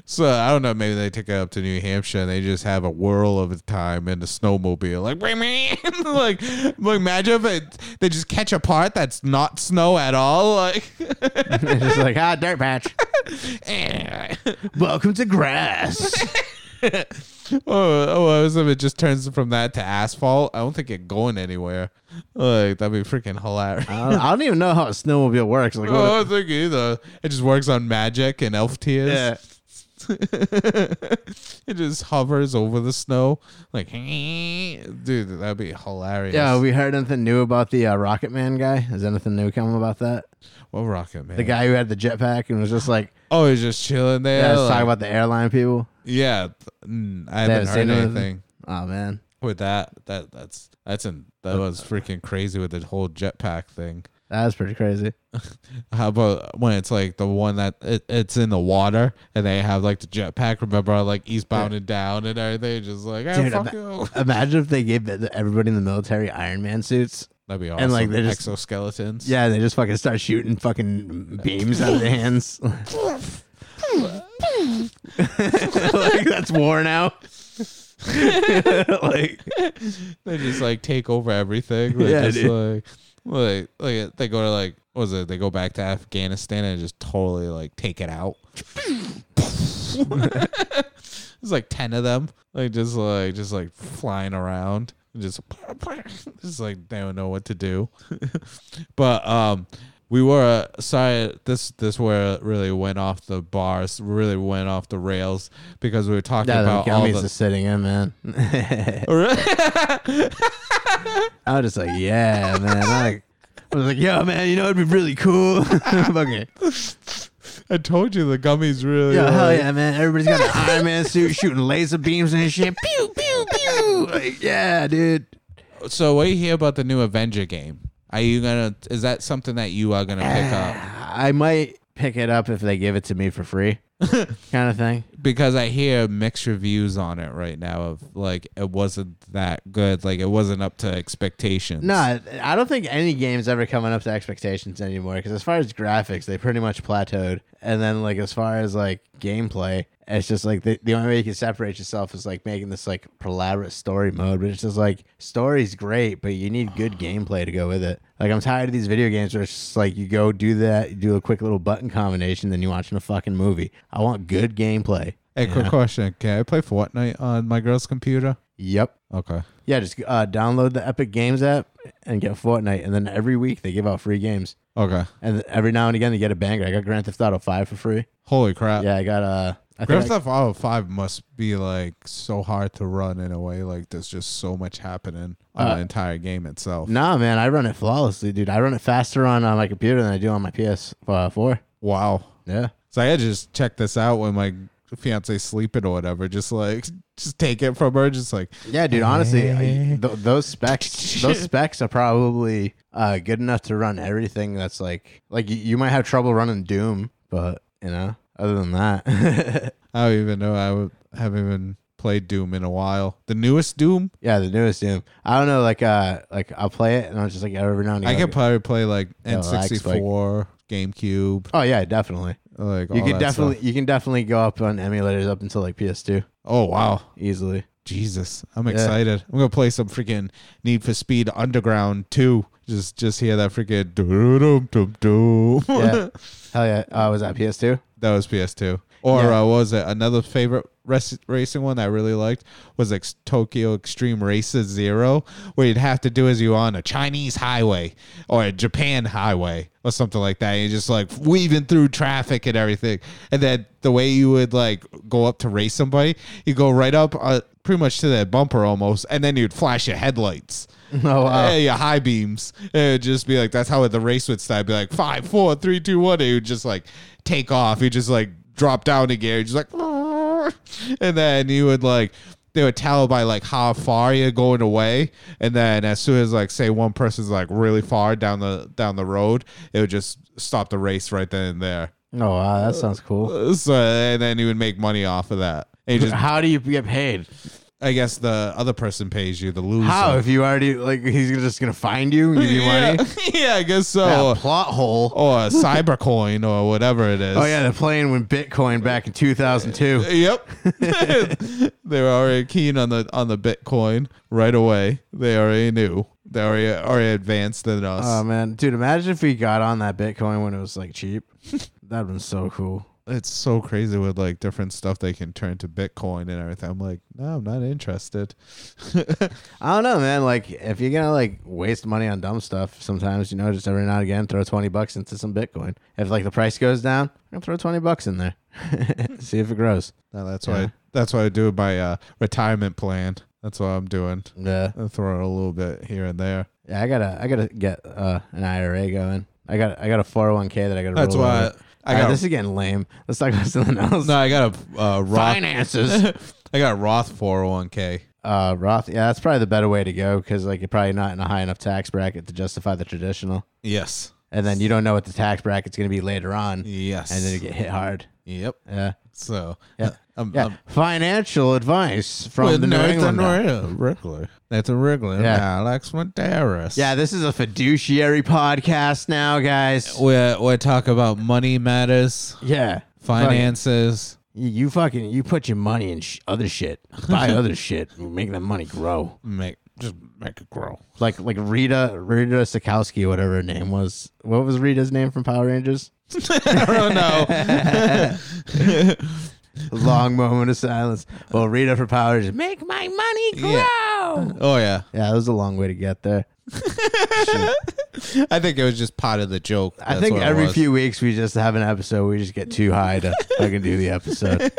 Speaker 2: so I don't know, maybe they take it up to New Hampshire and they just have a whirl of a time in a snowmobile. Like like, like imagine if it, they just catch a part that's not snow at all. Like
Speaker 1: it's just like ah, dirt patch. Welcome to grass.
Speaker 2: Oh, oh, I was if it just turns from that to asphalt. I don't think it going anywhere. Like that'd be freaking hilarious.
Speaker 1: I don't, I don't even know how a snowmobile works. Like,
Speaker 2: Oh, I
Speaker 1: Uh, what
Speaker 2: don't think either. It just works on magic and elf tears.
Speaker 1: yeah.
Speaker 2: it just hovers over the snow. Like, dude, that'd be hilarious.
Speaker 1: yeah, we heard anything new about the uh, Rocket Man guy? Has anything new come about that?
Speaker 2: what rocket man?
Speaker 1: The guy who had the jetpack and was just like,
Speaker 2: Oh, he's just chilling there.
Speaker 1: yeah,
Speaker 2: Yeah,
Speaker 1: let's talk about the airline people.
Speaker 2: yeah. th- mm, I
Speaker 1: They
Speaker 2: haven't heard
Speaker 1: seen
Speaker 2: anything.
Speaker 1: Oh man,
Speaker 2: With that, that that's that's an
Speaker 1: Uh,
Speaker 2: that was freaking crazy with the whole jetpack thing.
Speaker 1: that was pretty crazy.
Speaker 2: How about when it's like the one that it, it's in the water and they have like the jetpack? Remember, like eastbound and down and everything. Just like, hey,
Speaker 1: Dude,
Speaker 2: fuck
Speaker 1: ima-
Speaker 2: you.
Speaker 1: Imagine if they gave the- everybody in the military Iron Man suits.
Speaker 2: That'd be awesome.
Speaker 1: And, like, they're just-
Speaker 2: exoskeletons.
Speaker 1: Yeah, they just fucking start shooting fucking beams out of their hands. like that's war now. like
Speaker 2: they just like take over everything. They're
Speaker 1: Yeah,
Speaker 2: just
Speaker 1: dude.
Speaker 2: like, like, like uh, they go to like, what was it? They go back to Afghanistan and just totally like take it out. There's like ten of them, like just like just like flying around, and just just like they don't know what to do. but um, we were uh, sorry. This this where it really went off the bars, really went off the rails because we were talking
Speaker 1: yeah, the
Speaker 2: about all
Speaker 1: gummies
Speaker 2: the.
Speaker 1: are sitting in, man. I was just like, yeah, man. I, I was like, yo, man, you know it'd be really cool. okay.
Speaker 2: I told you the gummies really.
Speaker 1: Yeah,
Speaker 2: were-
Speaker 1: hell yeah, man. Everybody's got an Iron Man suit shooting laser beams and shit. Pew, pew, pew. Like, yeah, dude.
Speaker 2: So what do you hear about the new Avenger game? Are you gonna? Is that something that you are gonna pick up?
Speaker 1: I might pick it up if they give it to me for free, kind of thing.
Speaker 2: Because I hear mixed reviews on it right now. Of like, it wasn't that good. Like, it wasn't up to expectations.
Speaker 1: No, I don't think any game's ever coming up to expectations anymore. Because as far as graphics, they pretty much plateaued, and then like as far as like gameplay, it's just like the, the only way you can separate yourself is like making this like elaborate story mode. But it's just like story's great, but you need good gameplay to go with it. Like I'm tired of these video games where it's just like you go do that, you do a quick little button combination, then you're watching a fucking movie. I want good gameplay.
Speaker 2: Hey, quick question. Can I play Fortnite on my girl's computer?
Speaker 1: Yep.
Speaker 2: Okay.
Speaker 1: Yeah, just uh, download the Epic Games app and get Fortnite, and then every week they give out free games.
Speaker 2: Okay.
Speaker 1: And every now and again, they get a banger. I got Grand Theft Auto Five for free.
Speaker 2: Holy crap.
Speaker 1: Yeah, I got uh, I
Speaker 2: Grand
Speaker 1: think I,
Speaker 2: Theft Auto Five must be like so hard to run in a way. Like there's just so much happening on the entire game itself.
Speaker 1: Uh, nah, man, I run it flawlessly, dude. I run it faster on uh, my computer than I do on my PS4.
Speaker 2: Wow.
Speaker 1: Yeah,
Speaker 2: So I had to just check this out when my fiance's sleeping or whatever. Just like just take it from her. Just like
Speaker 1: yeah, dude. Honestly, I- th- those specs, those specs are probably uh, good enough to run everything. That's like, like y- you might have trouble running Doom, but you know, other than that,
Speaker 2: I don't even know. I would, haven't even played Doom in a while. The newest Doom.
Speaker 1: yeah, the newest Doom. I don't know, like, uh, like I'll play it, and I'm just like every now and
Speaker 2: I
Speaker 1: again.
Speaker 2: could probably play like
Speaker 1: lag spike.
Speaker 2: N64, GameCube.
Speaker 1: oh yeah, definitely.
Speaker 2: Like
Speaker 1: You
Speaker 2: all
Speaker 1: can
Speaker 2: that
Speaker 1: definitely
Speaker 2: stuff.
Speaker 1: you can definitely go up on emulators up until like PS2
Speaker 2: Oh wow.
Speaker 1: easily.
Speaker 2: Jesus, I'm excited. I'm gonna play some freaking Need for Speed Underground 2. Just just hear that freaking doo doo doo.
Speaker 1: Yeah, hell yeah. Uh, was that PS2?
Speaker 2: that was PS2. Or
Speaker 1: Yeah.
Speaker 2: uh, what was it? Another favorite res- racing one that I really liked was ex- Tokyo Extreme Races Zero, where you'd have to do is you on a Chinese highway or a Japan highway or something like that. You're just like weaving through traffic and everything. And then the way you would like go up to race somebody, you go right up uh, pretty much to that bumper almost, and then you'd flash your headlights.
Speaker 1: Oh wow.
Speaker 2: Yeah, yeah, high beams. It would just be like that's how the race would start. Be like five, four, three, two, one. It would just like take off. You just like drop down a gear. Just like, and then you would like they would tell by like how far you're going away. And then as soon as like say one person's like really far down the down the road, it would just stop the race right then and there.
Speaker 1: Oh wow, that sounds cool.
Speaker 2: So and then you would make money off of that. And you just,
Speaker 1: How do you get paid?
Speaker 2: I guess the other person pays you the loser.
Speaker 1: How if you already like he's just gonna find you and give you
Speaker 2: yeah, Oh.
Speaker 1: money?
Speaker 2: yeah, I guess so.
Speaker 1: Yeah, plot hole.
Speaker 2: or a cybercoin or whatever it is.
Speaker 1: Oh yeah, they're playing with Bitcoin back in 2002.
Speaker 2: Yep. they were already keen on the on the Bitcoin right away. They already knew. They already already advanced than us.
Speaker 1: Oh man, dude, imagine if we got on that Bitcoin when it was like cheap. That'd been so cool.
Speaker 2: it's so crazy with like different stuff they can turn to Bitcoin and everything. I'm like, no, I'm not interested.
Speaker 1: I don't know, man. Like if you're gonna like waste money on dumb stuff, sometimes you know, just every now and again, throw twenty bucks into some Bitcoin. If like the price goes down, I'm gonna throw twenty bucks in there, see if it grows.
Speaker 2: No, that's why that's why I do my uh, retirement plan. That's what I'm doing.
Speaker 1: Yeah,
Speaker 2: I throw it a little bit here and there.
Speaker 1: yeah. I gotta, I gotta get uh, an IRA going. I got, I got a 401k that I gotta.
Speaker 2: That's
Speaker 1: roll
Speaker 2: why
Speaker 1: over.
Speaker 2: I,
Speaker 1: All right,
Speaker 2: got
Speaker 1: this is getting lame. Let's talk about something else.
Speaker 2: no, I got a uh, Roth.
Speaker 1: Finances.
Speaker 2: I got a Roth 401k.
Speaker 1: uh, Roth. Yeah, that's probably the better way to go because like you're probably not in a high enough tax bracket to justify the traditional,
Speaker 2: Yes.
Speaker 1: and then you don't know what the tax bracket's gonna be later on,
Speaker 2: Yes.
Speaker 1: and then you get hit hard.
Speaker 2: Yep.
Speaker 1: Yeah.
Speaker 2: So uh, um,
Speaker 1: Yeah.
Speaker 2: I'm,
Speaker 1: Yeah,
Speaker 2: I'm
Speaker 1: Um, financial advice from the New England.
Speaker 2: regular. That's a regular.
Speaker 1: Yeah.
Speaker 2: Alex Medeiros.
Speaker 1: Yeah, this is a fiduciary podcast now, guys.
Speaker 2: we we talk about money matters,
Speaker 1: Yeah,
Speaker 2: finances.
Speaker 1: Fucking- you, you fucking you put your money in sh- other shit, buy other shit, and make that money grow.
Speaker 2: Make just make it grow.
Speaker 1: Like like Rita Rita Sikowski, whatever her name was. What was Rita's name from Power Rangers?
Speaker 2: I don't know.
Speaker 1: Long moment of silence. Well, Rita for Power Rangers, make my money grow.
Speaker 2: Yeah.
Speaker 1: Yeah,
Speaker 2: Oh yeah.
Speaker 1: that was a long way to get there.
Speaker 2: I think it was just part of the joke.
Speaker 1: I
Speaker 2: That's
Speaker 1: think
Speaker 2: what it
Speaker 1: every
Speaker 2: was.
Speaker 1: few weeks we just have an episode. We just get too high to fucking do the episode.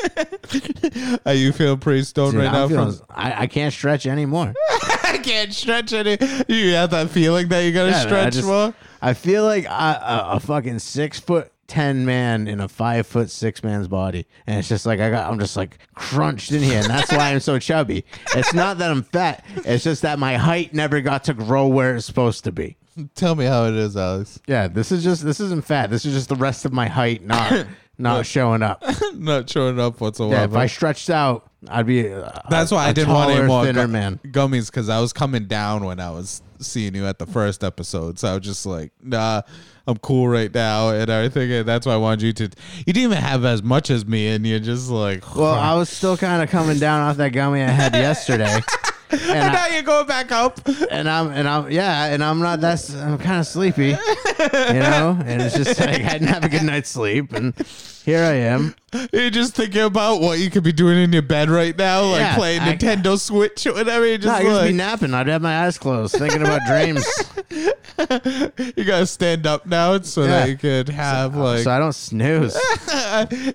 Speaker 2: Are you feeling pretty stoned
Speaker 1: Dude,
Speaker 2: right
Speaker 1: I'm
Speaker 2: now?
Speaker 1: feeling-
Speaker 2: From
Speaker 1: I, I can't stretch anymore.
Speaker 2: I can't stretch any. You have that feeling that you gotta
Speaker 1: Yeah, man, I
Speaker 2: stretch
Speaker 1: just-
Speaker 2: more.
Speaker 1: I feel like I, a, a fucking six foot ten man in a five foot six man's body, and it's just like I got I'm just like crunched in here, and that's why I'm so chubby. It's not that I'm fat; it's just that my height never got to grow where it's supposed to be.
Speaker 2: Tell me how it is, Alex.
Speaker 1: Yeah, this is just this isn't fat. This is just the rest of my height not not showing up.
Speaker 2: Not showing up whatsoever.
Speaker 1: Yeah, if I stretched out, I'd be. uh,
Speaker 2: That's why
Speaker 1: a
Speaker 2: I didn't want any
Speaker 1: taller,
Speaker 2: more
Speaker 1: Thinner
Speaker 2: gu-
Speaker 1: man.
Speaker 2: gummies because I was coming down when I was seeing you at the first episode. So I was just like, nah, I'm cool right now and everything. And that's why I wanted you to. You didn't even have as much as me, and you're just like,
Speaker 1: Well, I was still kind of coming down off that gummy I had yesterday. And,
Speaker 2: and now
Speaker 1: I,
Speaker 2: you're going back up.
Speaker 1: and I'm and I'm yeah, and I'm not that's I'm kind of sleepy, you know. And it's just like I didn't have a good night's sleep, and here I am.
Speaker 2: You're just thinking about what you could be doing in your bed right now, like
Speaker 1: Yeah,
Speaker 2: playing
Speaker 1: I-
Speaker 2: Nintendo Switch or whatever. You're
Speaker 1: No,
Speaker 2: just
Speaker 1: I could just be
Speaker 2: like,
Speaker 1: napping. I'd have my eyes closed, thinking about dreams,
Speaker 2: you gotta stand up now so
Speaker 1: Yeah.
Speaker 2: that you could have like
Speaker 1: so I don't snooze.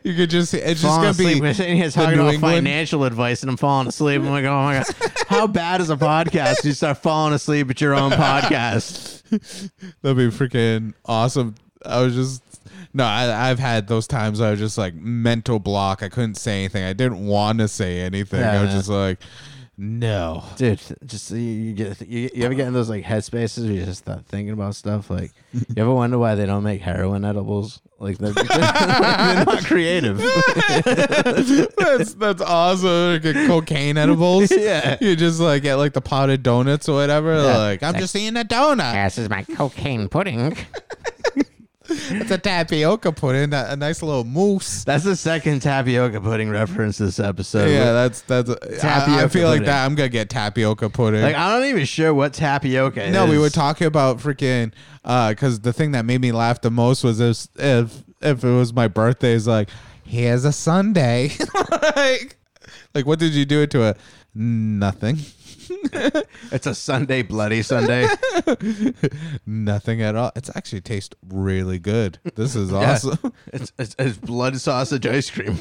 Speaker 2: you could just it's just
Speaker 1: Falling
Speaker 2: gonna
Speaker 1: asleep.
Speaker 2: be
Speaker 1: We're sitting here
Speaker 2: the
Speaker 1: talking
Speaker 2: New
Speaker 1: about
Speaker 2: England-
Speaker 1: financial advice, and I'm falling asleep. I'm like, oh my god, how bad is a podcast? You start falling asleep at your own podcast.
Speaker 2: That'd be freaking awesome. I was just no, I, I've had those times where I was just like mental block. I couldn't say anything. I didn't want to say anything.
Speaker 1: Yeah,
Speaker 2: I was
Speaker 1: man.
Speaker 2: just like, no.
Speaker 1: dude just you, you get you, you ever get in those like headspaces where you just start thinking about stuff like you ever wonder why they don't make heroin edibles like they're, they're not creative
Speaker 2: that's that's awesome. Like, cocaine edibles.
Speaker 1: Yeah.
Speaker 2: you just like get like the potted donuts or whatever. Like I'm just eating a donut.
Speaker 1: this is my cocaine pudding
Speaker 2: It's a tapioca pudding. A, a nice little mousse.
Speaker 1: that's the second tapioca pudding reference this episode
Speaker 2: yeah, that's that's. I, I
Speaker 1: Tapioca
Speaker 2: feel like
Speaker 1: pudding.
Speaker 2: that. I'm gonna get tapioca pudding.
Speaker 1: like i'm not even sure what tapioca
Speaker 2: No,
Speaker 1: is.
Speaker 2: we were talking about freaking because the thing that made me laugh the most was if if, if it was my birthday, it's like here's a Sunday, like like what did you do to it? Nothing,
Speaker 1: it's a sunday bloody sunday
Speaker 2: nothing at all. It's actually tastes really good. This is
Speaker 1: Yeah.
Speaker 2: awesome.
Speaker 1: it's, it's, it's blood sausage ice cream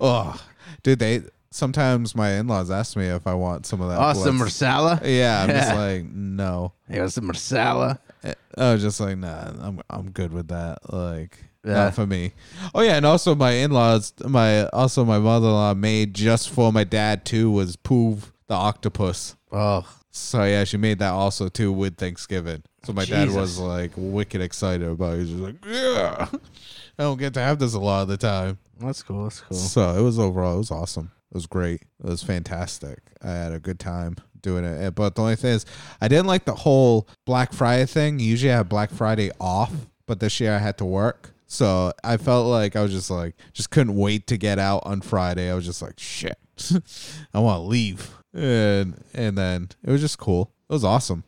Speaker 2: oh, dude, they sometimes my in laws ask me if I want some of that.
Speaker 1: awesome
Speaker 2: blood.
Speaker 1: marsala
Speaker 2: Yeah, I'm just
Speaker 1: Yeah.
Speaker 2: like no.
Speaker 1: hey what's the marsala
Speaker 2: I was just like, nah, I'm I'm good with that. Like,
Speaker 1: Yeah.
Speaker 2: not for me. Oh yeah, and also my in laws, my also my mother in law made just for my dad too was Poov the octopus.
Speaker 1: oh
Speaker 2: So yeah, she made that also too with Thanksgiving. So my dad was
Speaker 1: Jesus.
Speaker 2: like wicked excited about. it. He was just like, yeah, I don't get to have this a lot of the time.
Speaker 1: that's cool that's cool
Speaker 2: So it was overall, it was awesome. It was great. It was fantastic. I had a good time doing it. Eh, But the only thing is, I didn't like the whole Black Friday thing. Usually I have Black Friday off, but this year I had to work. So I felt like I was just like, just couldn't wait to get out on Friday. I was just like, shit, I want to leave. And, and then it was just cool. It was awesome.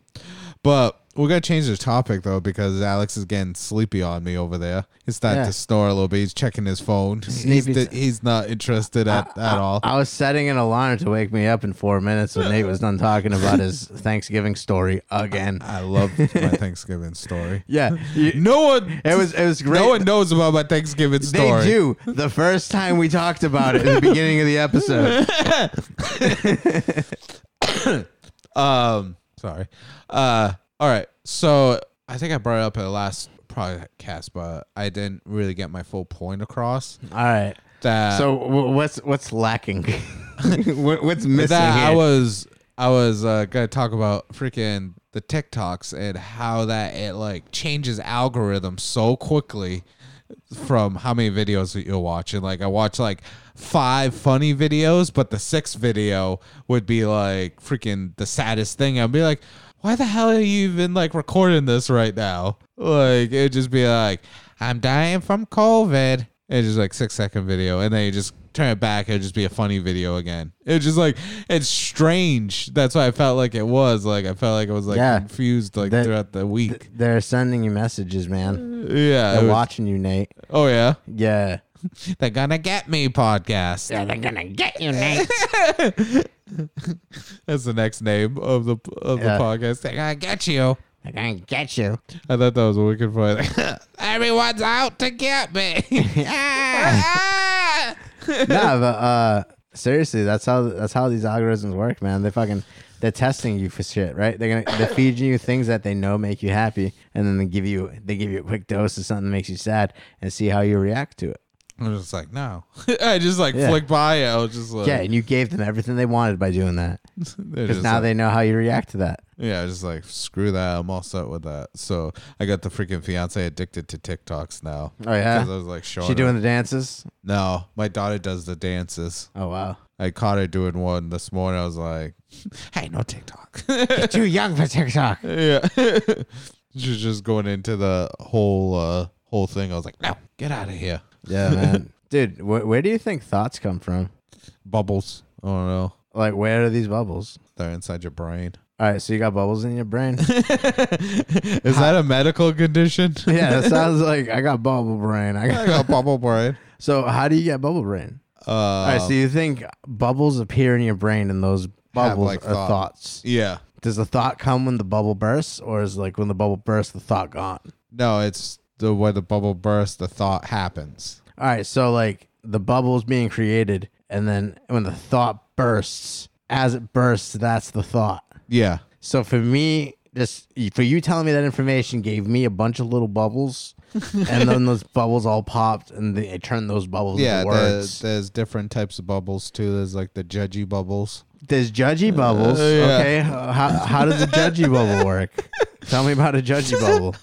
Speaker 2: But we're gonna change the topic though because Alex is getting sleepy on me over there. He's starting
Speaker 1: Yeah.
Speaker 2: to snore a little bit. He's checking his phone. He's,
Speaker 1: Sleepy
Speaker 2: di-
Speaker 1: t-
Speaker 2: he's not interested at, at all.
Speaker 1: I was setting an alarm to wake me up in four minutes when Nate was done talking about his Thanksgiving story again.
Speaker 2: I love my Thanksgiving story.
Speaker 1: Yeah, you-
Speaker 2: No one,
Speaker 1: it was it was great.
Speaker 2: no one knows about my Thanksgiving
Speaker 1: they
Speaker 2: story.
Speaker 1: do. The first time we talked about it in the beginning of the episode.
Speaker 2: Um, sorry. Uh, all right. So I think I brought it up in the last podcast, but I didn't really get my full point across.
Speaker 1: All right.
Speaker 2: That
Speaker 1: So w- what's what's lacking? What- what's missing?
Speaker 2: that I
Speaker 1: here?
Speaker 2: was I was uh, gonna talk about freaking the TikToks and how that it like changes algorithm so quickly from how many videos that you're watching. Like I watch like five funny videos, but the sixth video would be like freaking the saddest thing. I'd be like, why the hell are you even like recording this right now? Like it'd just be like, I'm dying from COVID. It's just like six second video, and then you just turn it back. It'd just be a funny video again. It's just like it's strange. That's why I felt like it was like I felt like it was like
Speaker 1: Yeah.
Speaker 2: confused like
Speaker 1: That-
Speaker 2: throughout the week.
Speaker 1: They're sending you messages, man.
Speaker 2: yeah. it
Speaker 1: They're
Speaker 2: was-
Speaker 1: watching you, Nate.
Speaker 2: oh yeah.
Speaker 1: Yeah.
Speaker 2: They're gonna get me podcast.
Speaker 4: Yeah, they're gonna get you, Nate.
Speaker 2: That's the next name of the of
Speaker 1: Yeah.
Speaker 2: the podcast. They're gonna get you.
Speaker 4: They're gonna get you.
Speaker 2: I thought that was wicked funny. Everyone's out to get me. Ah!
Speaker 1: no, but uh, seriously, that's how that's how these algorithms work, man. They fucking they're testing you for shit, right? They're gonna they're feeding you things that they know make you happy, and then they give you they give you a quick dose of something that makes you sad, and see how you react to it.
Speaker 2: I was just like, no. I just like
Speaker 1: Yeah.
Speaker 2: flicked by it. I was just like,
Speaker 1: Yeah, and you gave them everything they wanted by doing that,
Speaker 2: they're
Speaker 1: because
Speaker 2: just
Speaker 1: now
Speaker 2: like-
Speaker 1: they know how you react to that.
Speaker 2: Yeah, I was just like, screw that. I'm all set with that. So I got the freaking fiance addicted to TikToks now.
Speaker 1: Oh, yeah?
Speaker 2: 'Cause I was like, showing
Speaker 1: She
Speaker 2: her-
Speaker 1: doing the dances.
Speaker 2: No, my daughter does the dances.
Speaker 1: Oh wow,
Speaker 2: I caught her doing one this morning. I was like, hey, no TikTok.
Speaker 1: you're too young for TikTok.
Speaker 2: yeah. She's just going into the whole uh, whole thing. I was like, no, get out of here.
Speaker 1: Yeah, man, dude, wh- where do you think thoughts come from?
Speaker 2: Bubbles. I don't know.
Speaker 1: Like, where are these bubbles?
Speaker 2: They're inside your brain.
Speaker 1: All right, so you got bubbles in your brain.
Speaker 2: Is that a medical condition?
Speaker 1: yeah, that sounds like I got bubble brain. I got.
Speaker 2: I got bubble brain.
Speaker 1: So how do you get bubble brain?
Speaker 2: Uh,
Speaker 1: All right, so you think bubbles appear in your brain, and those bubbles
Speaker 2: like,
Speaker 1: are
Speaker 2: thought.
Speaker 1: thoughts.
Speaker 2: yeah.
Speaker 1: Does the thought come when the bubble bursts, or is like when the bubble bursts, the thought gone?
Speaker 2: No, it's the way the bubble bursts, the thought happens.
Speaker 1: All right, so like the bubble's being created, and then when the thought bursts, as it bursts, that's the thought.
Speaker 2: Yeah.
Speaker 1: So for me, this for you telling me that information gave me a bunch of little bubbles, and then those bubbles all popped, and they, it turned those bubbles
Speaker 2: Yeah.
Speaker 1: into
Speaker 2: there-
Speaker 1: words.
Speaker 2: there's different types of bubbles too. There's like the judgy bubbles.
Speaker 1: There's judgy bubbles.
Speaker 2: Uh, yeah.
Speaker 1: Okay, Uh, how, how does a judgy bubble work? Tell me about a judgy bubble.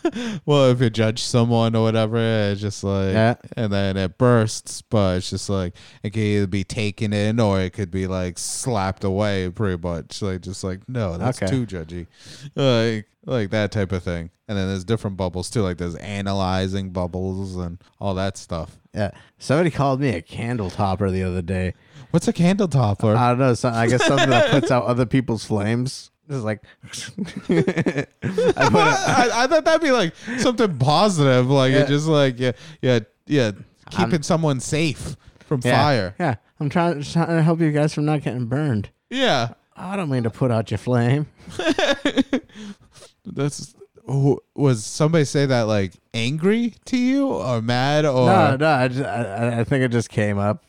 Speaker 2: Well, if you judge someone or whatever, it's just like,
Speaker 1: Yeah.
Speaker 2: and then it bursts, but it's just like, it could either be taken in or it could be like slapped away pretty much. Like, just like, no, that's
Speaker 1: Okay.
Speaker 2: too judgy. Like, like that type of thing. And then there's different bubbles too. Like, there's analyzing bubbles and all that stuff.
Speaker 1: Yeah. Somebody called me a candle topper the other day.
Speaker 2: What's a candle topper?
Speaker 1: I don't know. Some, I guess something that puts out other people's flames. It's like I put a,
Speaker 2: I, I thought that'd be like something positive, like
Speaker 1: Yeah.
Speaker 2: it just like yeah, yeah, yeah, keeping
Speaker 1: I'm-
Speaker 2: someone safe from
Speaker 1: yeah,
Speaker 2: fire.
Speaker 1: Yeah. I'm trying, just trying to help you guys from not getting burned.
Speaker 2: Yeah,
Speaker 1: I don't mean to put out your flame.
Speaker 2: that's. who- Was somebody say that like angry to you or mad or?
Speaker 1: No, no. I, just, I, I- I think it just came up.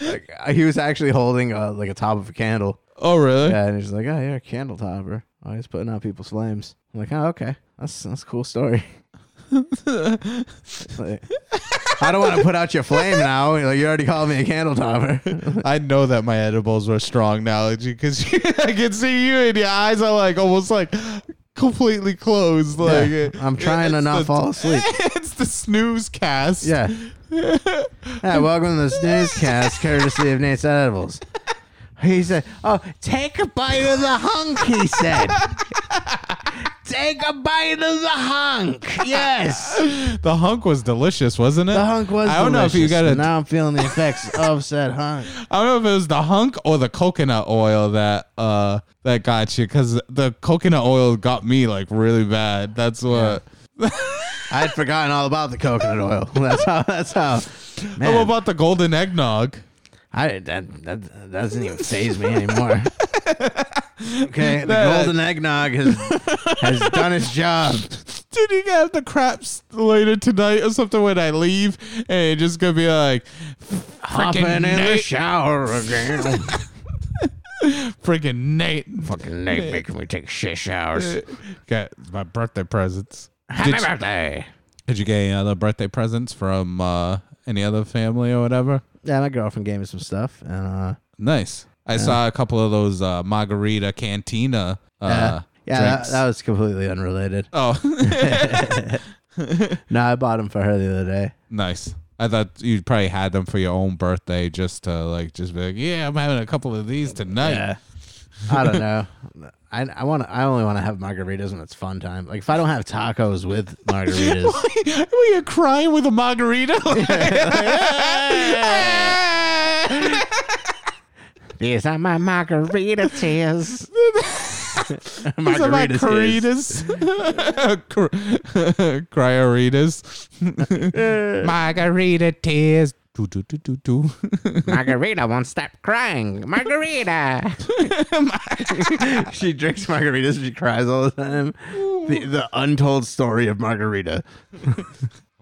Speaker 1: like, he was actually holding uh like a top of a candle.
Speaker 2: Oh really?
Speaker 1: Yeah, and he's like, "Oh, you're a candle topper. Oh, he's putting out people's flames." I'm like, "Oh, okay, that's that's a cool story." Like, I don't want to put out your flame now. Like, you already called me a candle topper.
Speaker 2: I know that my edibles were strong now because I can see you and your eyes are like almost like completely closed. Like
Speaker 1: Yeah, I'm trying to
Speaker 2: it's
Speaker 1: not
Speaker 2: the-
Speaker 1: fall asleep.
Speaker 2: It's the snooze cast.
Speaker 1: Yeah. yeah welcome to the snooze cast, courtesy of Nate's Edibles. He said, "Oh, take a bite of the hunk." He said, "Take a bite of the hunk." Yes.
Speaker 2: The hunk was delicious, wasn't it?
Speaker 1: The hunk was.
Speaker 2: I don't know if you
Speaker 1: delicious,
Speaker 2: got
Speaker 1: but
Speaker 2: a.
Speaker 1: Now I'm feeling the effects of said hunk.
Speaker 2: I don't know if it was the hunk or the coconut oil that uh that got you because the coconut oil got me like really bad. That's what.
Speaker 1: I had forgotten all about the coconut oil. That's how. That's how. Man,
Speaker 2: How about the golden eggnog?
Speaker 1: I that, that that doesn't even phase me anymore. Okay, the
Speaker 2: That-
Speaker 1: golden eggnog has has done its job.
Speaker 2: Did you have the craps later tonight or something when I leave? And it's just gonna be like
Speaker 1: Hopping in the
Speaker 2: Nate.
Speaker 1: shower again.
Speaker 2: freaking Nate.
Speaker 1: Fucking Nate making me take shit showers.
Speaker 2: Got my birthday presents.
Speaker 1: Happy
Speaker 2: Did you,
Speaker 1: birthday.
Speaker 2: did you get any other birthday presents from uh, any other family or whatever?
Speaker 1: Yeah, my girlfriend gave me some stuff, and uh,
Speaker 2: Nice. I saw a couple of those uh, margarita cantina. Uh,
Speaker 1: yeah, yeah, that,
Speaker 2: drinks.
Speaker 1: that was completely unrelated.
Speaker 2: oh,
Speaker 1: No, I bought them for her the other day.
Speaker 2: nice. I thought you probably had them for your own birthday, just to like, just be like, yeah, I'm having a couple of these tonight.
Speaker 1: Yeah. I don't know. I I want I only want to have margaritas when it's fun time. Like if I don't have tacos with margaritas,
Speaker 2: Were you crying with a margarita?
Speaker 1: these are my margarita tears.
Speaker 2: These are my
Speaker 1: margarita tears.
Speaker 2: caritas. Cryoritas. margarita tears. Do, do, do, do, do.
Speaker 1: Margarita won't stop crying. Margarita. she drinks margaritas. She cries all the time. The, the untold story of margarita.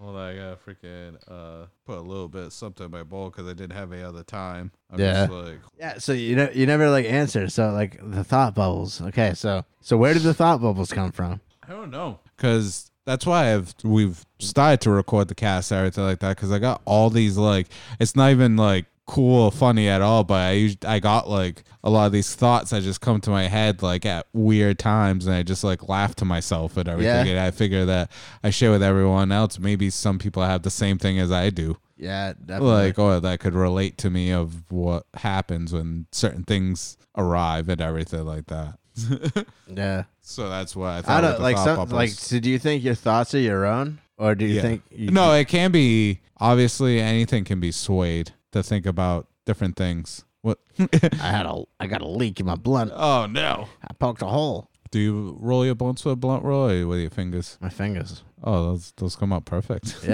Speaker 2: Hold on, I gotta freaking uh, put a little bit of something in my bowl because I didn't have any other time. I'm
Speaker 1: Yeah.
Speaker 2: just like,
Speaker 1: Yeah, so you know you never like answer. So like the thought bubbles. Okay, so so where did the thought bubbles come from?
Speaker 2: I don't know because that's why I've we've started to record the cast and everything like that because I got all these like it's not even like cool or funny at all, but I us- I got like a lot of these thoughts that just come to my head like at weird times and I just like laugh to myself and everything
Speaker 1: Yeah.
Speaker 2: and I figure that I share with everyone else. Maybe some people have the same thing as I do.
Speaker 1: Yeah, definitely.
Speaker 2: Like, or that could relate to me of what happens when certain things arrive and everything like that.
Speaker 1: yeah.
Speaker 2: So that's what I thought.
Speaker 1: I
Speaker 2: with
Speaker 1: don't
Speaker 2: the
Speaker 1: like
Speaker 2: thought
Speaker 1: some
Speaker 2: bubbles.
Speaker 1: like. So do you think your thoughts are your own, or do you
Speaker 2: Yeah.
Speaker 1: think you,
Speaker 2: no, it can be. Obviously, anything can be swayed to think about different things. What?
Speaker 1: I had a I got a leak in my blunt.
Speaker 2: oh no!
Speaker 1: I poked a hole.
Speaker 2: Do you roll your blunts with a blunt roll or with your fingers?
Speaker 1: My fingers.
Speaker 2: Oh, those those come out perfect.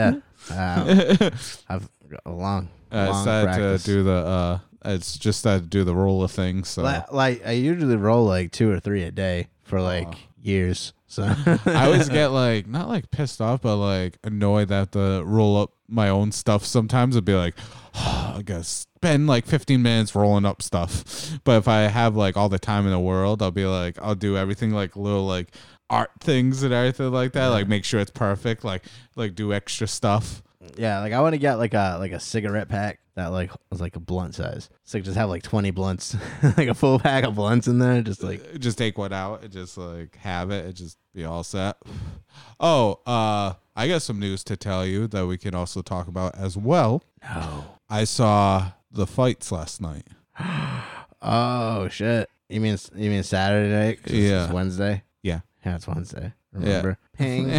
Speaker 1: Yeah, uh, I've got a long
Speaker 2: I
Speaker 1: long
Speaker 2: started
Speaker 1: practice.
Speaker 2: Uh, to do the. uh It's just started to do the roller thing. So
Speaker 1: like, like I usually roll like two or three a day for like years. So
Speaker 2: I always get like not like pissed off, but like annoyed that the roll up my own stuff sometimes would be like, I gotta spend like 15 minutes rolling up stuff. But if I have like all the time in the world, I'll be like, I'll do everything like little like art things and everything like that. Like make sure it's perfect. Like like do extra stuff.
Speaker 1: Yeah, like I want to get like a like a cigarette pack that like was like a blunt size. So just have like twenty blunts, like a full pack of blunts in there. Just like
Speaker 2: Uh, just take one out and just like have it and just be all set. Oh, uh, I got some news to tell you that we can also talk about as well.
Speaker 1: no.
Speaker 2: I saw the fights last night.
Speaker 1: Oh shit! You mean you mean Saturday night? 'Cause
Speaker 2: Yeah.
Speaker 1: it's Wednesday.
Speaker 2: Yeah.
Speaker 1: Yeah, it's Wednesday. Remember? Ping.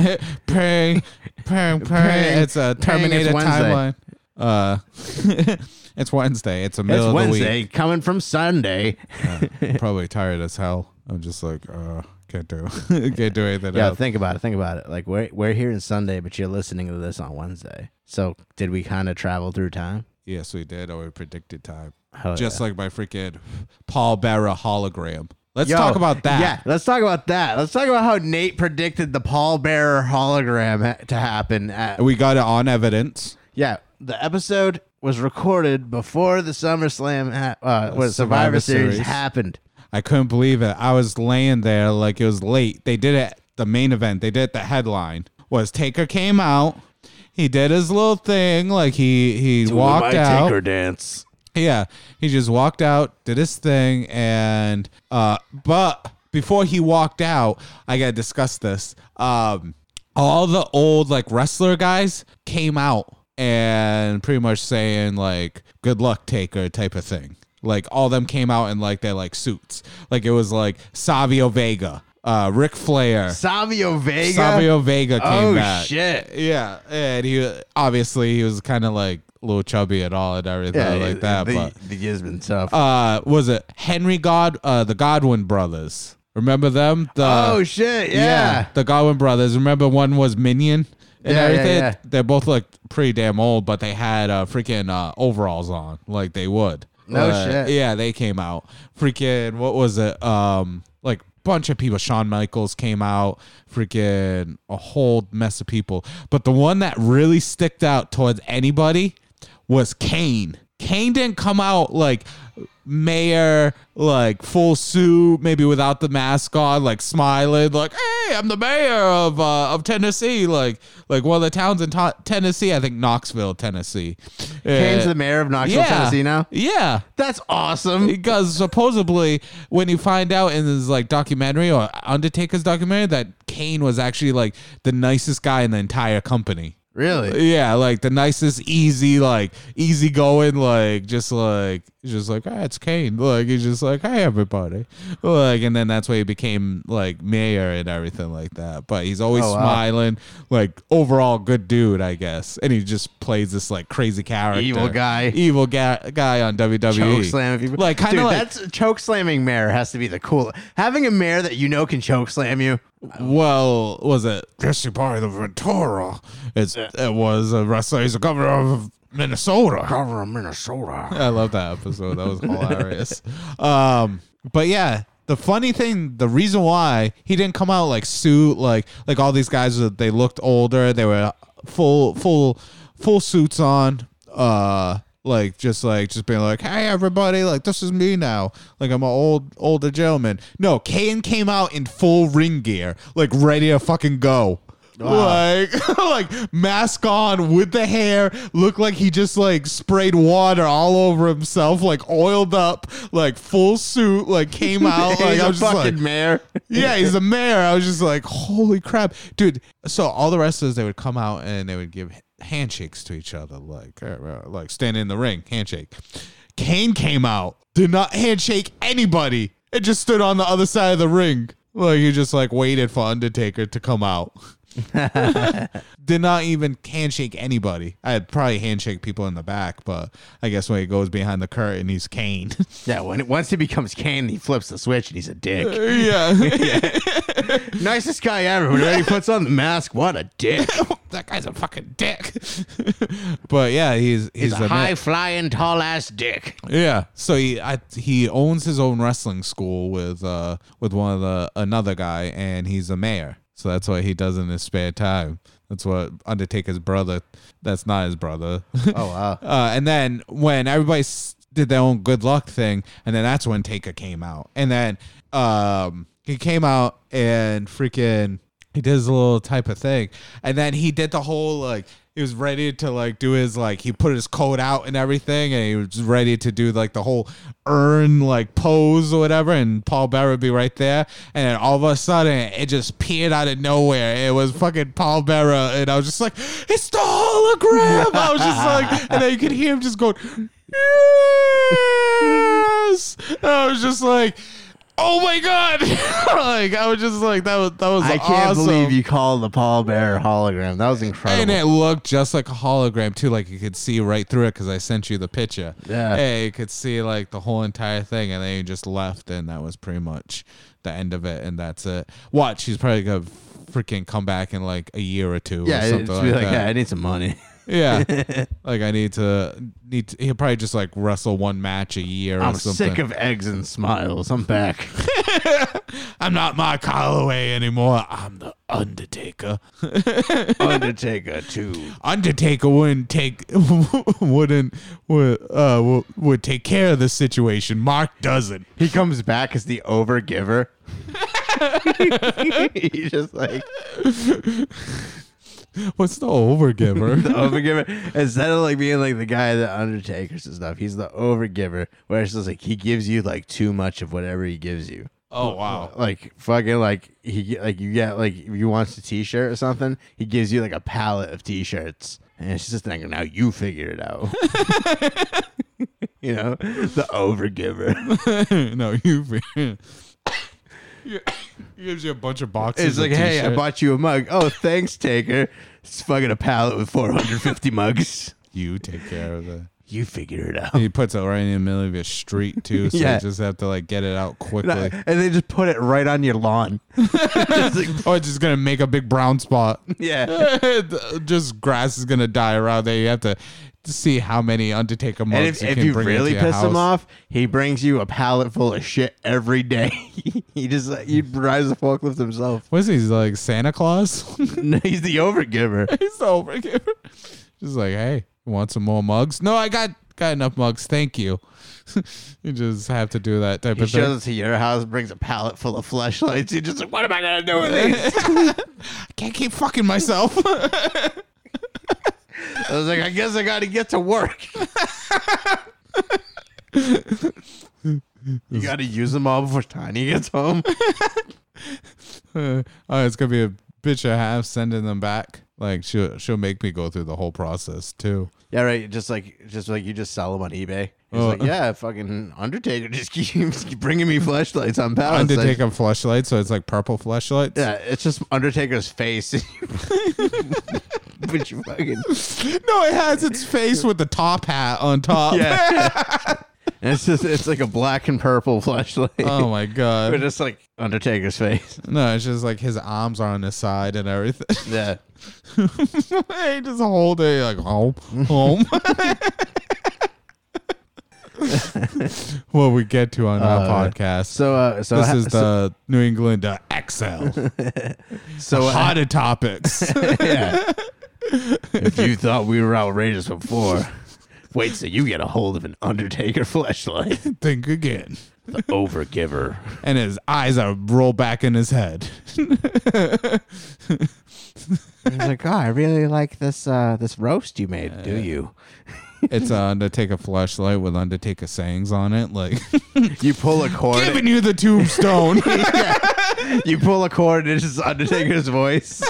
Speaker 2: pang, pang, pang. It's a
Speaker 1: Pang, it's
Speaker 2: Terminator
Speaker 1: Wednesday.
Speaker 2: timeline. Uh, it's Wednesday. It's a middle
Speaker 1: it's
Speaker 2: of
Speaker 1: Wednesday, coming from Sunday.
Speaker 2: the week. Probably tired as hell. I'm just like, uh, can't do, can't do anything
Speaker 1: Yeah,
Speaker 2: else.
Speaker 1: think about it. Think about it. Like we're we're here on Sunday, but you're listening to this on Wednesday. So did we kind of travel through time?
Speaker 2: yes, we did. Or we predicted time.
Speaker 1: Hell
Speaker 2: just
Speaker 1: Oh, yeah.
Speaker 2: like my freaking Paul Bearer hologram. Let's talk about that.
Speaker 1: Yeah, let's talk about that. Let's talk about how Nate predicted the pallbearer hologram ha- to happen. At,
Speaker 2: We got it on evidence.
Speaker 1: yeah, the episode was recorded before the SummerSlam ha- uh, what, Survivor,
Speaker 2: Survivor
Speaker 1: Series,
Speaker 2: Series.
Speaker 1: happened.
Speaker 2: I couldn't believe it. I was laying there like it was late. They did it the main event. They did the headline was Taker came out. He did his little thing like he he walked out.
Speaker 1: dance.
Speaker 2: Yeah, he just walked out, did his thing, and uh, but before he walked out, I gotta discuss this. Um, all the old like wrestler guys came out and pretty much saying like "Good luck, Taker" type of thing. Like all them came out in like their like suits. Like it was like Savio Vega, uh, Ric Flair,
Speaker 1: Savio Vega.
Speaker 2: Savio Vega came
Speaker 1: oh
Speaker 2: back.
Speaker 1: shit!
Speaker 2: Yeah, and he obviously he was kind of like a little chubby at all and everything like that.
Speaker 1: The,
Speaker 2: but
Speaker 1: the year's been tough.
Speaker 2: uh, was it Henry God? Uh, the Godwin brothers. Remember them? The,
Speaker 1: oh shit! Yeah.
Speaker 2: the Godwin brothers. Remember one was Minion
Speaker 1: Yeah,
Speaker 2: and
Speaker 1: yeah,
Speaker 2: everything.
Speaker 1: yeah.
Speaker 2: They both looked pretty damn old, but they had uh, freaking uh, overalls on, like they would.
Speaker 1: No
Speaker 2: Uh,
Speaker 1: shit.
Speaker 2: Yeah, they came out. Freaking what was it? Um, like bunch of people. Shawn Michaels came out. Freaking a whole mess of people. But the one that really sticked out towards anybody was Kane. Kane didn't come out like mayor, like full suit, maybe without the mask on, like smiling, like "Hey, I'm the mayor of uh, of Tennessee," like like one of the towns in Ta- Tennessee, I think Knoxville, Tennessee.
Speaker 1: Kane's
Speaker 2: Uh,
Speaker 1: the mayor of Knoxville, Tennessee now.
Speaker 2: Yeah.
Speaker 1: That's awesome.
Speaker 2: Because supposedly, when you find out in his like documentary or Undertaker's documentary that Kane was actually like the nicest guy in the entire company.
Speaker 1: Really?
Speaker 2: Yeah, like the nicest, easy, like easy going, like just like just like ah, it's Kane. Like he's just like hey everybody, like and then that's why he became like mayor and everything like that. But he's always
Speaker 1: Oh, wow.
Speaker 2: smiling, like overall good dude, I guess. And he just plays this like crazy character,
Speaker 1: Evil guy.
Speaker 2: evil ga- guy on WWE.
Speaker 1: choke slam if you
Speaker 2: like kind
Speaker 1: Dude,
Speaker 2: of like
Speaker 1: that's choke slamming mayor has to be the cool having a mayor that you know can choke slam you
Speaker 2: well, was it Jesse Barry the Ventura? It's it was a wrestler. He's a governor of Minnesota.
Speaker 1: over minnesota
Speaker 2: I love that episode. That was hilarious. um, but yeah, the funny thing, the reason why he didn't come out like suit, like like all these guys, they looked uh, older. They were full full full suits on uh like just like just being like hey everybody like this is me now like i'm an old older gentleman no kane came out in full ring gear like ready to fucking go like like mask on with the hair looked like he just like sprayed water all over himself like oiled up like full suit like came out like
Speaker 1: He's
Speaker 2: i
Speaker 1: a
Speaker 2: was just like
Speaker 1: fucking mayor.
Speaker 2: yeah, he's the mayor. I was just like, holy crap, dude. So all the wrestlers they would come out and they would give handshakes to each other, like uh, uh, like standing in the ring, handshake. Kane came out, did not handshake anybody, and just stood on the other side of the ring, like he just like waited for Undertaker to come out. did not even handshake anybody. I'd probably handshake people in the back, but I guess when he goes behind the curtain, he's Kane.
Speaker 1: Yeah, when once he becomes Kane, he flips the switch and he's a dick.
Speaker 2: yeah.
Speaker 1: Nicest guy ever. Whenever he puts on the mask, what a dick.
Speaker 2: that guy's a fucking dick. but yeah, he's he's,
Speaker 1: He's
Speaker 2: the
Speaker 1: a
Speaker 2: man.
Speaker 1: high flying, tall ass dick.
Speaker 2: Yeah, so he I, he owns his own wrestling school with uh with one of the another guy, and he's a mayor. So that's what he does in his spare time. That's what Undertaker's brother. That's not his brother.
Speaker 1: Oh wow.
Speaker 2: Uh, and then when everybody s- did their own good luck thing, and then that's when Taker came out. And then um, he came out and freaking he did his little type of thing. And then he did the whole like he was ready to like do his like he put his coat out and everything, and he was ready to do like the whole urn like pose or whatever. And Paul Bearer would be right there, and then all of a sudden it just appeared out of nowhere. It was fucking Paul Bearer, and I was just like, "It's the hologram!" I was just like, and then you could hear him just going, "Yes!" And I was just like, "Oh my god!" like I was just like, "That was that was
Speaker 1: I can't
Speaker 2: awesome."
Speaker 1: believe you called the Paul Bearer hologram. That was
Speaker 2: And
Speaker 1: incredible.
Speaker 2: it looked just like a hologram too, like you could see right through it because I sent you the picture.
Speaker 1: Yeah.
Speaker 2: hey, you could see like the whole entire thing, and then you just left, and that was pretty much the end of it, and that's it. Watch, he's probably gonna freaking come back in like a year or two,
Speaker 1: yeah,
Speaker 2: or
Speaker 1: it'd
Speaker 2: something
Speaker 1: be
Speaker 2: like,
Speaker 1: like, yeah, I
Speaker 2: that.
Speaker 1: need some money.
Speaker 2: Yeah, like I need to need. To, he'll probably just like wrestle one match a year
Speaker 1: I'm
Speaker 2: or something.
Speaker 1: sick of eggs and smiles. I'm back.
Speaker 2: I'm not Mark Holloway anymore. I'm the Undertaker.
Speaker 1: Undertaker too.
Speaker 2: Undertaker wouldn't take wouldn't would uh would, would take care of the situation. Mark doesn't.
Speaker 1: He comes back as the overgiver. He's just like
Speaker 2: What's the overgiver?
Speaker 1: the overgiver. Instead of like being like the guy that undertakers and stuff, he's the overgiver. Where it's just like he gives you like too much of whatever he gives you.
Speaker 2: oh wow.
Speaker 1: Like fucking like he like you get like if you wants a t-shirt or something, he gives you like a palette of t-shirts, and it's just like now you figure it out. you know, the overgiver.
Speaker 2: no, you. he gives you a bunch of boxes.
Speaker 1: It's like,
Speaker 2: of
Speaker 1: hey, I
Speaker 2: t-shirt.
Speaker 1: bought you a mug. Oh, thanks, Taker. It's fucking a palette with 450 mugs.
Speaker 2: you take care of that.
Speaker 1: You figure it out.
Speaker 2: He puts it right in the middle of your street too, so
Speaker 1: Oh. Yeah.
Speaker 2: you just have to like get it out quickly.
Speaker 1: And they just put it right on your lawn. Just like,
Speaker 2: Oh, it's just gonna make a big brown spot.
Speaker 1: yeah.
Speaker 2: just grass is gonna die around there. You have to see how many Undertaker mugs
Speaker 1: And if,
Speaker 2: you
Speaker 1: if
Speaker 2: can
Speaker 1: you
Speaker 2: bring
Speaker 1: really
Speaker 2: into your
Speaker 1: piss him
Speaker 2: house.
Speaker 1: off, he brings you a pallet full of shit every day. he just like, he rides the forklift himself.
Speaker 2: What is he? He's like Santa Claus? he's
Speaker 1: He's the overgiver.
Speaker 2: the overgiver. Just like, hey, you want some more mugs? No, I got got enough mugs. Thank you. you just have to do that type
Speaker 1: He
Speaker 2: of thing.
Speaker 1: shows up to your house, brings a pallet full of flashlights. You're just like, what am I gonna do with these?
Speaker 2: I can't keep fucking myself.
Speaker 1: I was like, I guess I gotta get to work. you gotta use them all before Tiny gets home.
Speaker 2: oh, it's gonna be a bitch I have sending them back. Like she'll she'll make me go through the whole process too.
Speaker 1: Yeah, right. Just like, just like you just sell them on eBay. He's
Speaker 2: Oh.
Speaker 1: like, yeah, fucking Undertaker just keeps bringing me flashlights on pallets. Like,
Speaker 2: Undertaker flashlight, so it's like purple flashlights.
Speaker 1: yeah, it's just Undertaker's face. but you fucking
Speaker 2: No, it has its face with the top hat on top.
Speaker 1: yeah. and it's just it's like a black and purple flashlight.
Speaker 2: Oh my
Speaker 1: but
Speaker 2: god.
Speaker 1: it's like Undertaker's face.
Speaker 2: No, it's just like his arms are on his side and everything.
Speaker 1: Yeah.
Speaker 2: Hey, just hold it like home, home. what we get to on our
Speaker 1: Uh,
Speaker 2: podcast.
Speaker 1: So, uh, so
Speaker 2: this
Speaker 1: ha-
Speaker 2: is
Speaker 1: so-
Speaker 2: the New England uh, XL
Speaker 1: so, uh,
Speaker 2: hotter topics.
Speaker 1: yeah. If you thought we were outrageous before, wait till you get a hold of an Undertaker flashlight.
Speaker 2: Think again.
Speaker 1: The overgiver.
Speaker 2: And his eyes are roll back in his head.
Speaker 1: He's like, oh, I really like this uh, this roast you made. do you?
Speaker 2: It's a Undertaker flashlight with Undertaker sayings on it. Like,
Speaker 1: You pull a cord.
Speaker 2: giving you the tombstone.
Speaker 1: you pull a cord, and it's just Undertaker's voice.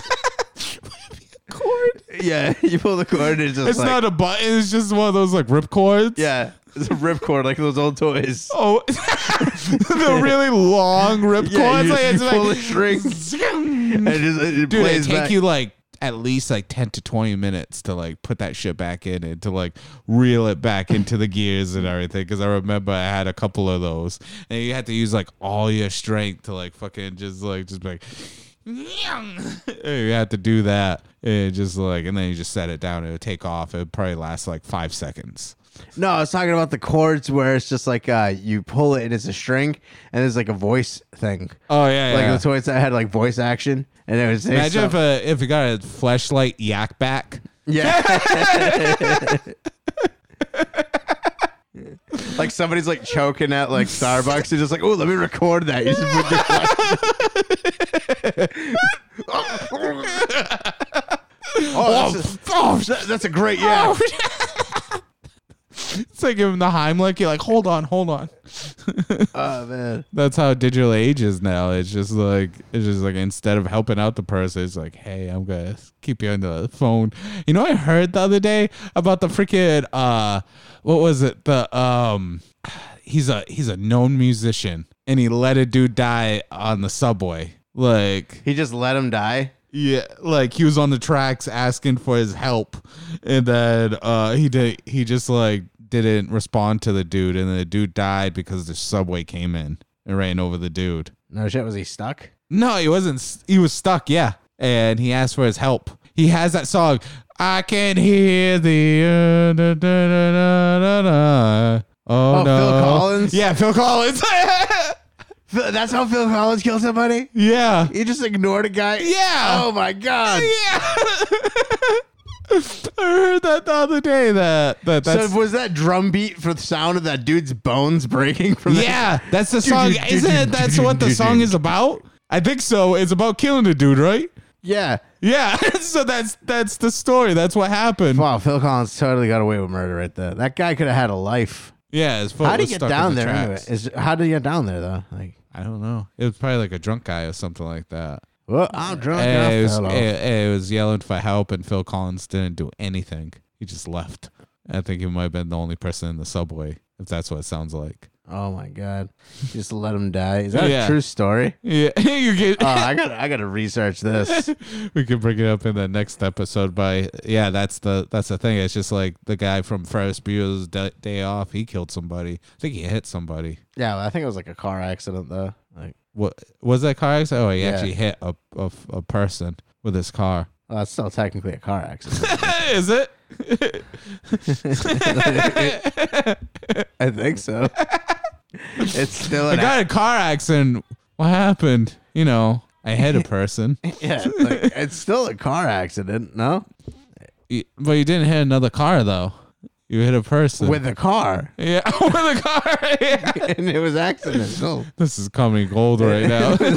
Speaker 2: Cord?
Speaker 1: Yeah, you pull the cord, and it's just
Speaker 2: It's
Speaker 1: like,
Speaker 2: not a button. It's just one of those like rip cords.
Speaker 1: yeah, it's a ripcord like those old toys.
Speaker 2: Oh, the really long rip
Speaker 1: yeah,
Speaker 2: cords.
Speaker 1: you,
Speaker 2: like,
Speaker 1: you
Speaker 2: it's
Speaker 1: pull the
Speaker 2: like,
Speaker 1: string, and it, just, it
Speaker 2: dude, it
Speaker 1: plays
Speaker 2: take
Speaker 1: back.
Speaker 2: you like at least like ten to twenty minutes to like put that shit back in and to like reel it back into the gears and everything. Because I remember I had a couple of those, and you had to use like all your strength to like fucking just like just be like. you had to do that and just like and then you just set it down it would take off it would probably last like five seconds
Speaker 1: No, I was talking about the chords where it's just like uh, you pull it and it's a string, and there's like a voice thing.
Speaker 2: oh yeah
Speaker 1: Like
Speaker 2: yeah.
Speaker 1: the toys that had like voice action, and it was
Speaker 2: Imagine if uh, if you got a flashlight yak back.
Speaker 1: yeah. Like somebody's like choking at like Starbucks and just like, oh, let me record that. You just put your oh, that's a,
Speaker 2: Oh, sh-
Speaker 1: that- that's a great yeah.
Speaker 2: Oh. it's like giving the Heimlich. You're like, hold on, hold on.
Speaker 1: Oh man.
Speaker 2: That's how digital age is now. It's just like it's just like instead of helping out the person, it's like, hey, I'm gonna keep you on the phone. You know, I heard the other day about the freaking uh, what was it? The um, he's a he's a known musician, and he let a dude die on the subway. Like
Speaker 1: He just let him die.
Speaker 2: Yeah, like he was on the tracks asking for his help, and then uh, he did. He just like didn't respond to the dude, and the dude died because the subway came in and ran over the dude.
Speaker 1: No shit, was he stuck?
Speaker 2: No, he wasn't. s- He was stuck. Yeah, and he asked for his help. He has that song. I can hear the. uh, da, da, da, da, da, da. Oh,
Speaker 1: Oh,
Speaker 2: no.
Speaker 1: Phil Collins?
Speaker 2: Yeah, Phil Collins.
Speaker 1: Phil- That's how Phil Collins killed somebody?
Speaker 2: yeah.
Speaker 1: He just ignored a guy?
Speaker 2: Yeah.
Speaker 1: Oh my god.
Speaker 2: Yeah. I heard that the other day. That that that's
Speaker 1: So was that drum beat for the sound of that dude's bones breaking from the-
Speaker 2: yeah. That's the song.
Speaker 1: do, do,
Speaker 2: Isn't
Speaker 1: do,
Speaker 2: it? That's
Speaker 1: do,
Speaker 2: what
Speaker 1: do,
Speaker 2: the
Speaker 1: do.
Speaker 2: song is about. I think so. It's about killing the dude, right?
Speaker 1: Yeah.
Speaker 2: Yeah. so that's that's the story. That's what happened.
Speaker 1: Wow, Phil Collins totally got away with murder right there. That guy could have had a life.
Speaker 2: Yeah. His foot
Speaker 1: How did
Speaker 2: was
Speaker 1: he get
Speaker 2: stuck in
Speaker 1: down
Speaker 2: the
Speaker 1: there? Anyway?
Speaker 2: tracks.
Speaker 1: Is how did he get down there though? Like,
Speaker 2: I don't know. It was probably like a drunk guy or something like that.
Speaker 1: well, I'm drunk.
Speaker 2: And it, was,
Speaker 1: now, fella.
Speaker 2: and- and it was yelling for help, and Phil Collins didn't do anything. He just left. I think he might have been the only person in the subway, if that's what it sounds like.
Speaker 1: Oh my god, just let him die. Is that
Speaker 2: Yeah.
Speaker 1: a true story?
Speaker 2: Yeah, you get.
Speaker 1: Oh, I got to I got to research this.
Speaker 2: we could bring it up in the next episode by yeah that's the that's the thing it's just like the guy from ferris bueller's Da- day off he killed somebody i think he hit somebody
Speaker 1: Yeah, well, I think it was like a car accident though. Like,
Speaker 2: what was that car accident oh he
Speaker 1: Yeah.
Speaker 2: actually hit a, a, a person with his car
Speaker 1: well, that's still technically a car accident.
Speaker 2: is it
Speaker 1: I think so. it's still
Speaker 2: i
Speaker 1: an
Speaker 2: got in a car accident what happened you know i hit a person
Speaker 1: Yeah, like, it's still a car accident, no?
Speaker 2: Y- but you didn't hit another car though you hit a person
Speaker 1: With a car.
Speaker 2: yeah with a car yeah.
Speaker 1: and it was accidental.
Speaker 2: This is comedy gold right now. Talking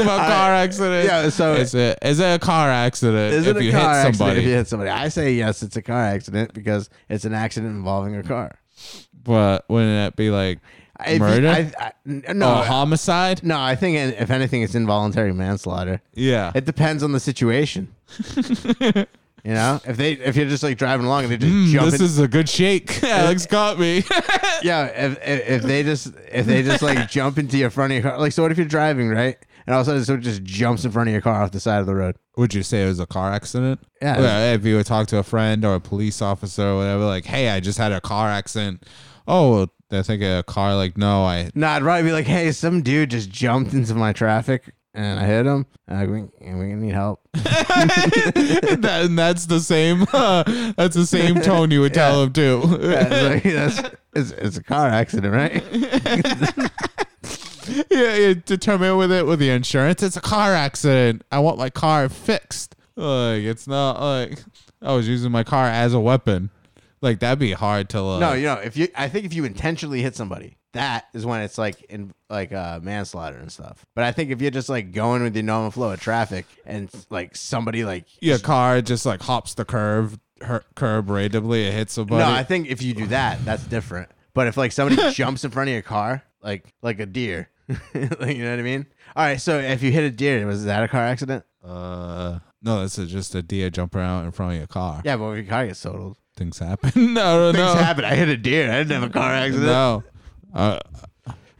Speaker 2: about car accidents.
Speaker 1: yeah, so-
Speaker 2: is it is it a car accident
Speaker 1: Is
Speaker 2: if
Speaker 1: it a
Speaker 2: you
Speaker 1: car
Speaker 2: hit
Speaker 1: accident
Speaker 2: somebody?
Speaker 1: if you hit somebody? I say yes, it's a car accident because it's an accident involving a car.
Speaker 2: But wouldn't that be like
Speaker 1: If you-
Speaker 2: murder? Oh,
Speaker 1: I, I, n- no,
Speaker 2: or homicide?
Speaker 1: no. I think if anything, it's involuntary manslaughter.
Speaker 2: Yeah.
Speaker 1: It depends on the situation. you know, if they if you're just like driving along and they just
Speaker 2: Mm,
Speaker 1: jump
Speaker 2: this
Speaker 1: in,
Speaker 2: is a good shake. Alex got me.
Speaker 1: yeah. If, if if they just if they just like jump into your front of your car, like so. What if you're driving right and all of a sudden someone just jumps in front of your car off the side of the road?
Speaker 2: Would you say it was a car accident?
Speaker 1: Yeah.
Speaker 2: Well, if you would talk to a friend or a police officer or whatever, like, hey, I just had a car accident. Oh, I think a car. Like, no, I.
Speaker 1: No, I'd probably be like, hey, some dude just jumped into my traffic and I hit him. And we, and we need help.
Speaker 2: That, and that's the same. that's the same tone you would tell him too.
Speaker 1: It's, like, that's- it's- it's a car accident, right?
Speaker 2: Yeah, yeah, determine with it with the insurance. It's a car accident. I want my car fixed. Like it's not like I was using my car as a weapon. Like that'd be hard to like.
Speaker 1: No, you know, if you, I think if you intentionally hit somebody, that is when it's like in like uh, manslaughter and stuff. But I think if you're just like going with your normal flow of traffic and like somebody like,
Speaker 2: your car just like hops the curve, her, curb randomly. It hits somebody.
Speaker 1: no, I think if you do that, that's different. But if like somebody jumps in front of your car, like like a deer, like, you know what I mean? All right, so if you hit a deer, was that a car accident?
Speaker 2: uh, no, that's a, just a deer jumping out in front of your car.
Speaker 1: Yeah, but if your car gets totaled,
Speaker 2: Things happen. no, no,
Speaker 1: things
Speaker 2: no.
Speaker 1: happen. I hit a deer. I didn't have a car accident.
Speaker 2: No. Uh,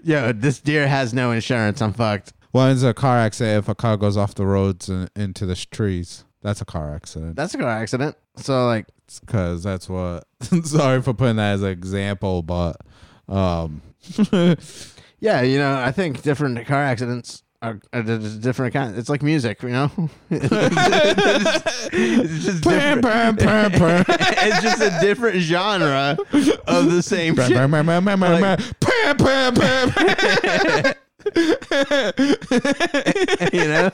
Speaker 1: Yo, this deer has no insurance. I'm fucked.
Speaker 2: well, it's a car accident if a car goes off the roads and into the sh- trees. That's a car accident.
Speaker 1: That's a car accident. So like,
Speaker 2: because that's what. sorry for putting that as an example, but um,
Speaker 1: Yeah, you know, I think different car accidents are, are d- d- different kind. It's like music, you know. it's, just different,
Speaker 2: bam, bam, bam, bam.
Speaker 1: it's just a different genre of the same
Speaker 2: Bam,
Speaker 1: shit.
Speaker 2: bam, bam, bam, bam, bam. Bam, bam, bam, bam.
Speaker 1: You know,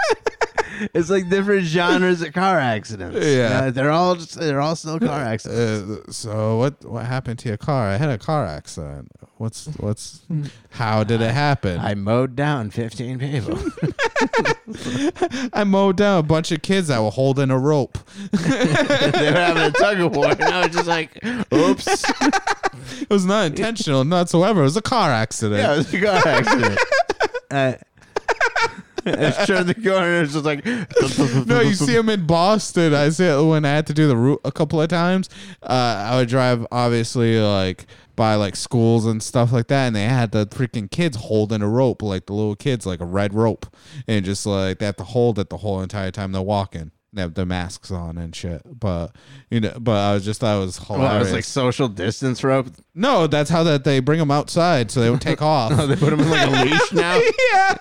Speaker 1: it's like different genres of car accidents. you
Speaker 2: Yeah.
Speaker 1: know? they're all just, they're all still car accidents.
Speaker 2: Uh, so what what happened to your car? I had a car accident. What's what's how did it happen?
Speaker 1: I mowed down fifteen people.
Speaker 2: I mowed down a bunch of kids that were holding a rope.
Speaker 1: they were having a tug of war, and I was just like, "Oops,
Speaker 2: It was not intentional whatsoever. It was a car accident.
Speaker 1: yeah, it was a car accident." Uh, I turned the corner, and it was just like,
Speaker 2: no, you see them in Boston. I see it when I had to do the route a couple of times. Uh, I would drive obviously like by like schools and stuff like that, and they had the freaking kids holding a rope, like the little kids, like a red rope, and just like they have to hold it the whole entire time they're walking. They have their masks on and shit, but you know, but I was just thought it was hilarious.
Speaker 1: Well, it Oh, was like social distance rope.
Speaker 2: no, that's how that they bring them outside so they would take off.
Speaker 1: Oh, They put him in like a leash now.
Speaker 2: yeah,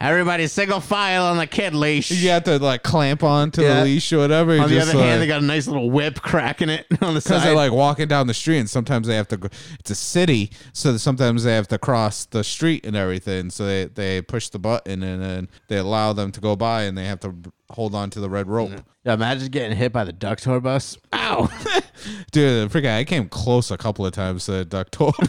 Speaker 1: Everybody single file on the kid leash.
Speaker 2: you have to like clamp onto
Speaker 1: Yeah.
Speaker 2: the leash or whatever.
Speaker 1: On the
Speaker 2: Just,
Speaker 1: other hand,
Speaker 2: like-
Speaker 1: they got a nice little whip cracking it on the
Speaker 2: because
Speaker 1: side.
Speaker 2: they're like walking down the street and sometimes they have to go it's a city so that sometimes they have to cross the street and everything so they, they push the button and then they allow them to go by and they have to hold on to the red rope
Speaker 1: Yeah, imagine getting hit by the duck tour bus. Ow!
Speaker 2: dude freaking i came close a couple of times to the duck tour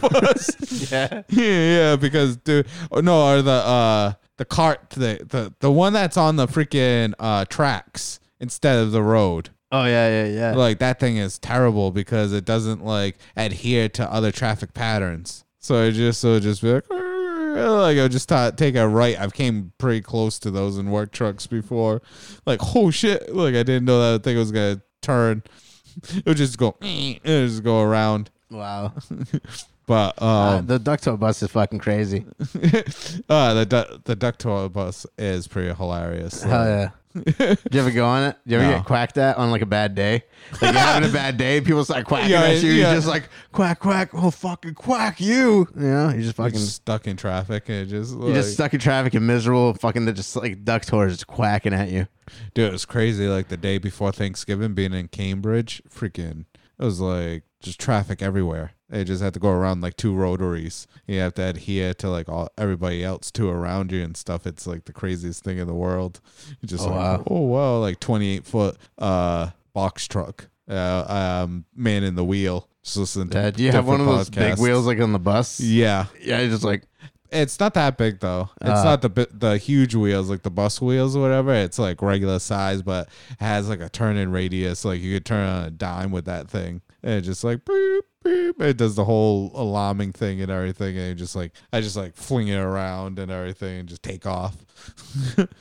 Speaker 2: bus
Speaker 1: yeah.
Speaker 2: yeah yeah because dude oh, no or the uh the cart the, the the one that's on the freaking uh tracks instead of the road
Speaker 1: Oh yeah, yeah, yeah.
Speaker 2: like that thing is terrible because it doesn't like adhere to other traffic patterns. So it just so it just be like "Arr," like I just thought take a right. I've came pretty close to those in work trucks before. Like oh shit! Like I didn't know that thing was gonna turn. It would just go. It would just go around.
Speaker 1: wow.
Speaker 2: um, But
Speaker 1: Uh,
Speaker 2: um,
Speaker 1: the duck tour bus is fucking crazy.
Speaker 2: uh, the du- the duck tour bus is pretty hilarious.
Speaker 1: Hell yeah. Did you ever go on it? Did you ever
Speaker 2: No.
Speaker 1: get quacked at on like a bad day? Like you're having a bad day, people start quacking
Speaker 2: Yeah,
Speaker 1: at you.
Speaker 2: yeah.
Speaker 1: You're just like quack quack. Oh fucking quack you. You know, you just fucking
Speaker 2: Fucking stuck in traffic and it just
Speaker 1: You're
Speaker 2: like-
Speaker 1: just stuck in traffic and miserable. Fucking they're just like duck tours just quacking at you.
Speaker 2: Dude, it was crazy. Like the day before Thanksgiving, being in Cambridge, freaking, it was like just traffic everywhere. They just had to go around like two rotaries. You have to adhere to like all everybody else too around you and stuff. It's like the craziest thing in the world. You just
Speaker 1: Oh,
Speaker 2: like,
Speaker 1: wow.
Speaker 2: oh wow, like twenty eight foot uh box truck, uh, um, man in the wheel. Just listen to.
Speaker 1: Uh, do you have one of
Speaker 2: different
Speaker 1: those big
Speaker 2: podcasts.
Speaker 1: wheels like on the bus?
Speaker 2: Yeah,
Speaker 1: Yeah, you're just like
Speaker 2: it's not that big though. It's not the bi- the huge wheels like the bus wheels or whatever. It's like regular size, but it has like a turning radius. Like you could turn on a dime with that thing, and it just like beep beep. It does the whole alarming thing and everything, and it just like I just like fling it around and everything, and just take off.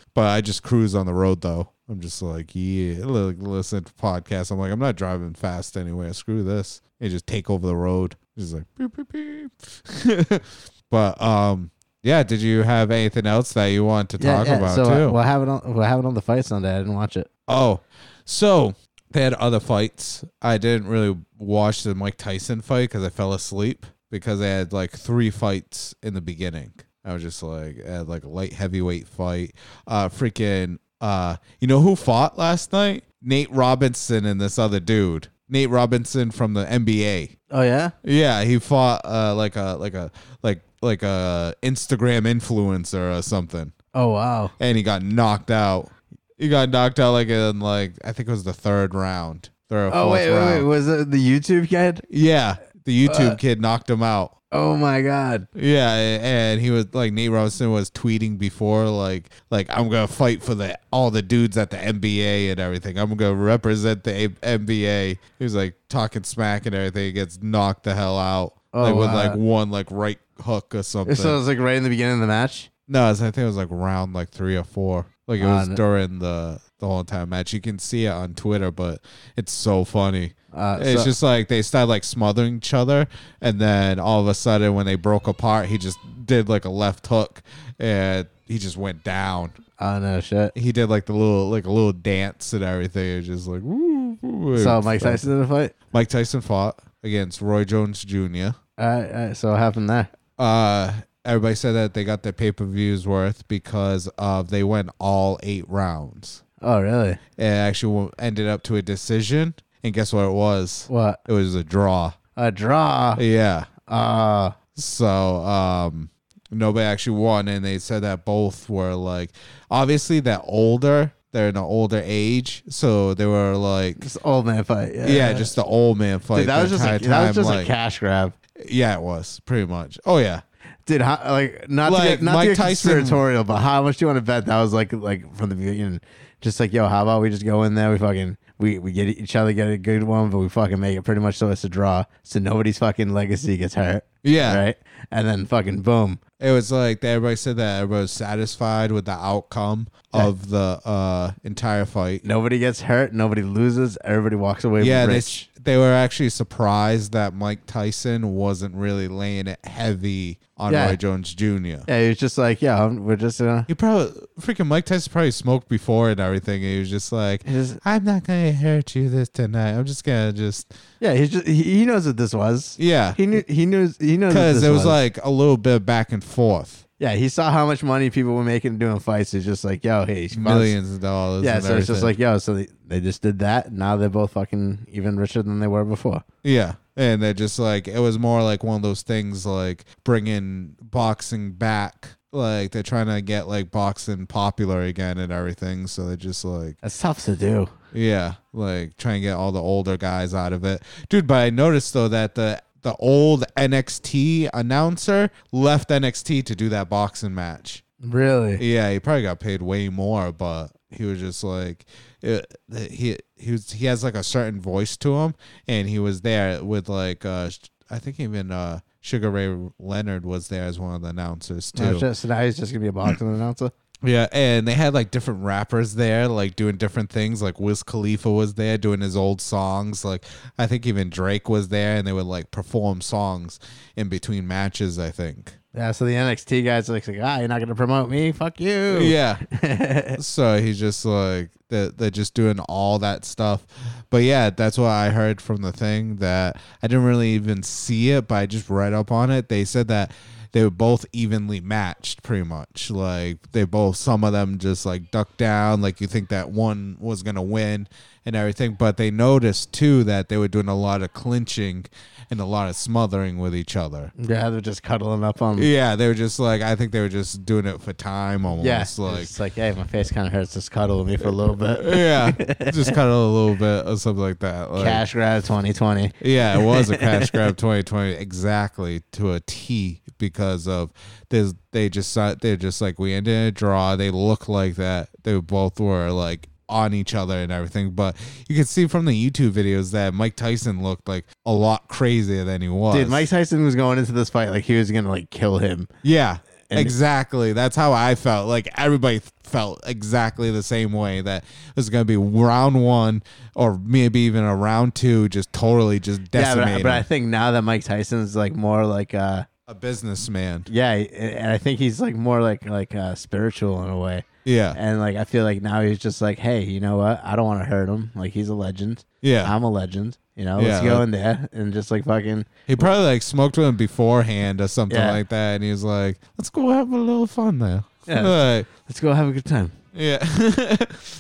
Speaker 2: but I just cruise on the road though. I'm just like yeah, like listen to podcasts. I'm like I'm not driving fast anyway. Screw this. And just take over the road. Just like beep beep beep. But um, yeah. Did you have anything else that you want to talk about
Speaker 1: so uh,
Speaker 2: too?
Speaker 1: we'll have it on we'll have it on the fight Sunday. I didn't watch it.
Speaker 2: oh, so they had other fights. I didn't really watch the Mike Tyson fight because I fell asleep because they had like three fights in the beginning. I was just like, I had like a light heavyweight fight. Uh, freaking. Uh, you know who fought last night? Nate Robinson and this other dude. Nate Robinson from the NBA.
Speaker 1: Oh yeah,
Speaker 2: Yeah, he fought uh, like a like a like like a Instagram influencer or something,
Speaker 1: oh wow,
Speaker 2: and he got knocked out. He got knocked out like in like I think it was the third round, third or
Speaker 1: Oh
Speaker 2: fourth
Speaker 1: wait, wait,
Speaker 2: round.
Speaker 1: wait, Uh, was it the YouTube kid?
Speaker 2: Yeah, the YouTube kid knocked him out.
Speaker 1: Oh my god.
Speaker 2: Yeah, and he was like Nate Robinson was tweeting before like like I'm gonna fight for the all the dudes at the NBA and everything. I'm gonna represent the A- NBA. He was like talking smack and everything. He gets knocked the hell out
Speaker 1: Oh,
Speaker 2: like with
Speaker 1: wow.
Speaker 2: like one like right hook or something.
Speaker 1: So it was like right in the beginning of the match.
Speaker 2: No, it's- I think it was like round like three or four. Like it
Speaker 1: Ah,
Speaker 2: was
Speaker 1: no.
Speaker 2: during the the whole entire match. You can see it on Twitter, but it's so funny.
Speaker 1: Uh,
Speaker 2: it's
Speaker 1: so-
Speaker 2: just like they started like smothering each other, and then all of a sudden, when they broke apart, he just did like a left hook, and he just went down.
Speaker 1: Oh no shit.
Speaker 2: He did like the little like a little dance and everything. It was just like woo, woo, woo.
Speaker 1: So Mike Tyson did a fight.
Speaker 2: Mike Tyson fought against Roy Jones Jr.
Speaker 1: All right, all right, so what happened there?
Speaker 2: uh everybody said that they got their pay-per-views worth because of they went all eight rounds
Speaker 1: Oh really?
Speaker 2: it actually w- ended up to a decision and guess what it was
Speaker 1: What?
Speaker 2: it was a draw
Speaker 1: A draw.
Speaker 2: yeah
Speaker 1: Uh
Speaker 2: so um nobody actually won and they said that both were like obviously that older they're in an older age so they were like
Speaker 1: just old man fight. Yeah.
Speaker 2: yeah just the old man fight
Speaker 1: Dude, that
Speaker 2: the
Speaker 1: was just a,
Speaker 2: entire
Speaker 1: that was
Speaker 2: time,
Speaker 1: just a
Speaker 2: like-
Speaker 1: cash grab.
Speaker 2: yeah it was pretty much oh yeah
Speaker 1: Dude, how, like not
Speaker 2: Like,
Speaker 1: to get, not
Speaker 2: Mike
Speaker 1: to get
Speaker 2: Tyson-
Speaker 1: conspiratorial, but how much do you want to bet that was like like from the beginning? Just like yo, how about we just go in there? We fucking we, we get e-, each other get a good one, but we fucking make it pretty much so it's a draw, so nobody's fucking legacy gets hurt.
Speaker 2: yeah
Speaker 1: Right, and then fucking boom.
Speaker 2: It was like that everybody said that everybody was satisfied with the outcome of the uh, entire fight.
Speaker 1: Nobody gets hurt. Nobody loses. Everybody walks away.
Speaker 2: Yeah, they,
Speaker 1: rich.
Speaker 2: they were actually surprised that Mike Tyson wasn't really laying it heavy on
Speaker 1: Yeah.
Speaker 2: Roy Jones Jr.
Speaker 1: yeah, he was just like, yeah, I'm- we're just uh, gonna.
Speaker 2: He probably freaking Mike Tyson probably smoked before and everything. And he was just like,
Speaker 1: His-
Speaker 2: "I'm not gonna hurt you this tonight. I'm just gonna just
Speaker 1: Yeah, he's just he, he knows what this was.
Speaker 2: yeah."
Speaker 1: He knew he knows he knows what
Speaker 2: Because
Speaker 1: this
Speaker 2: it was like a little bit back and forth,
Speaker 1: yeah, he saw how much money people were making doing fights. He's just like, yo, hey, he's
Speaker 2: millions of dollars.
Speaker 1: Yeah,
Speaker 2: and
Speaker 1: so it's just
Speaker 2: everything.
Speaker 1: like, yo, so they, they just did that. and Now they're both fucking even richer than they were before.
Speaker 2: Yeah. And they're just like, it was more like one of those things like bringing boxing back. Like they're trying to get like boxing popular again and everything. So they're just like,
Speaker 1: That's tough to do.
Speaker 2: yeah, like trying to get all the older guys out of it. Dude, but I noticed though that the, the old NXT announcer left NXT to do that boxing match.
Speaker 1: Really?
Speaker 2: Yeah, he probably got paid way more, but he was just like it, he he was he has like a certain voice to him, and he was there with like uh I think even uh Sugar Ray Leonard was there as one of the announcers too.
Speaker 1: Oh, so now he's just gonna be a boxing announcer.
Speaker 2: Yeah, and they had like different rappers there, like doing different things. Like Wiz Khalifa was there doing his old songs. Like I think even Drake was there, and they would like perform songs in between matches. I think.
Speaker 1: Yeah. So the NXT guys are like, ah, you're not gonna promote me. Fuck you.
Speaker 2: Yeah. so he's just like they're, they're just doing all that stuff. But yeah, that's what I heard from the thing that I didn't really even see it, but I just read up on it. They said that they were both evenly matched pretty much. Like they both some of them just like ducked down, like you think that one was gonna win and everything. But they noticed too that they were doing a lot of clinching and a lot of smothering with each other.
Speaker 1: Yeah, they're just cuddling up on.
Speaker 2: Yeah, they were just like I think they were just doing it for time almost.
Speaker 1: Yeah,
Speaker 2: like
Speaker 1: it's like, hey, my face kind of hurts. Just cuddle with me for a little bit.
Speaker 2: yeah, just cut it a little bit or something like that. Like,
Speaker 1: Cash grab 2020.
Speaker 2: Yeah, it was a cash grab 2020 exactly to a T because of there's they just saw- they're just like we ended in a draw. They look like that. They both were like on each other and everything, but you can see from the YouTube videos that Mike Tyson looked like a lot crazier than he was.
Speaker 1: Dude, Mike Tyson was going into this fight like he was gonna like kill him.
Speaker 2: Yeah,
Speaker 1: And-
Speaker 2: exactly. That's how I felt. Like everybody felt exactly the same way that it was going to be round one or maybe even a round two, just totally just
Speaker 1: Yeah, but,
Speaker 2: decimated.
Speaker 1: I- but I think now that Mike Tyson's like more like uh
Speaker 2: a businessman.
Speaker 1: yeah, and I think he's like more like like uh spiritual in a way.
Speaker 2: Yeah,
Speaker 1: And like I feel like now he's just like, hey, you know what? I don't want to hurt him. Like he's a legend.
Speaker 2: yeah.
Speaker 1: I'm a legend. You know, let's
Speaker 2: Yeah,
Speaker 1: go
Speaker 2: like-
Speaker 1: in there and just like fucking
Speaker 2: he probably like smoked with him beforehand or something
Speaker 1: Yeah.
Speaker 2: like that, and he was like, "Let's go have a little fun there."
Speaker 1: Yeah.
Speaker 2: Like,
Speaker 1: let's go have a good time.
Speaker 2: yeah.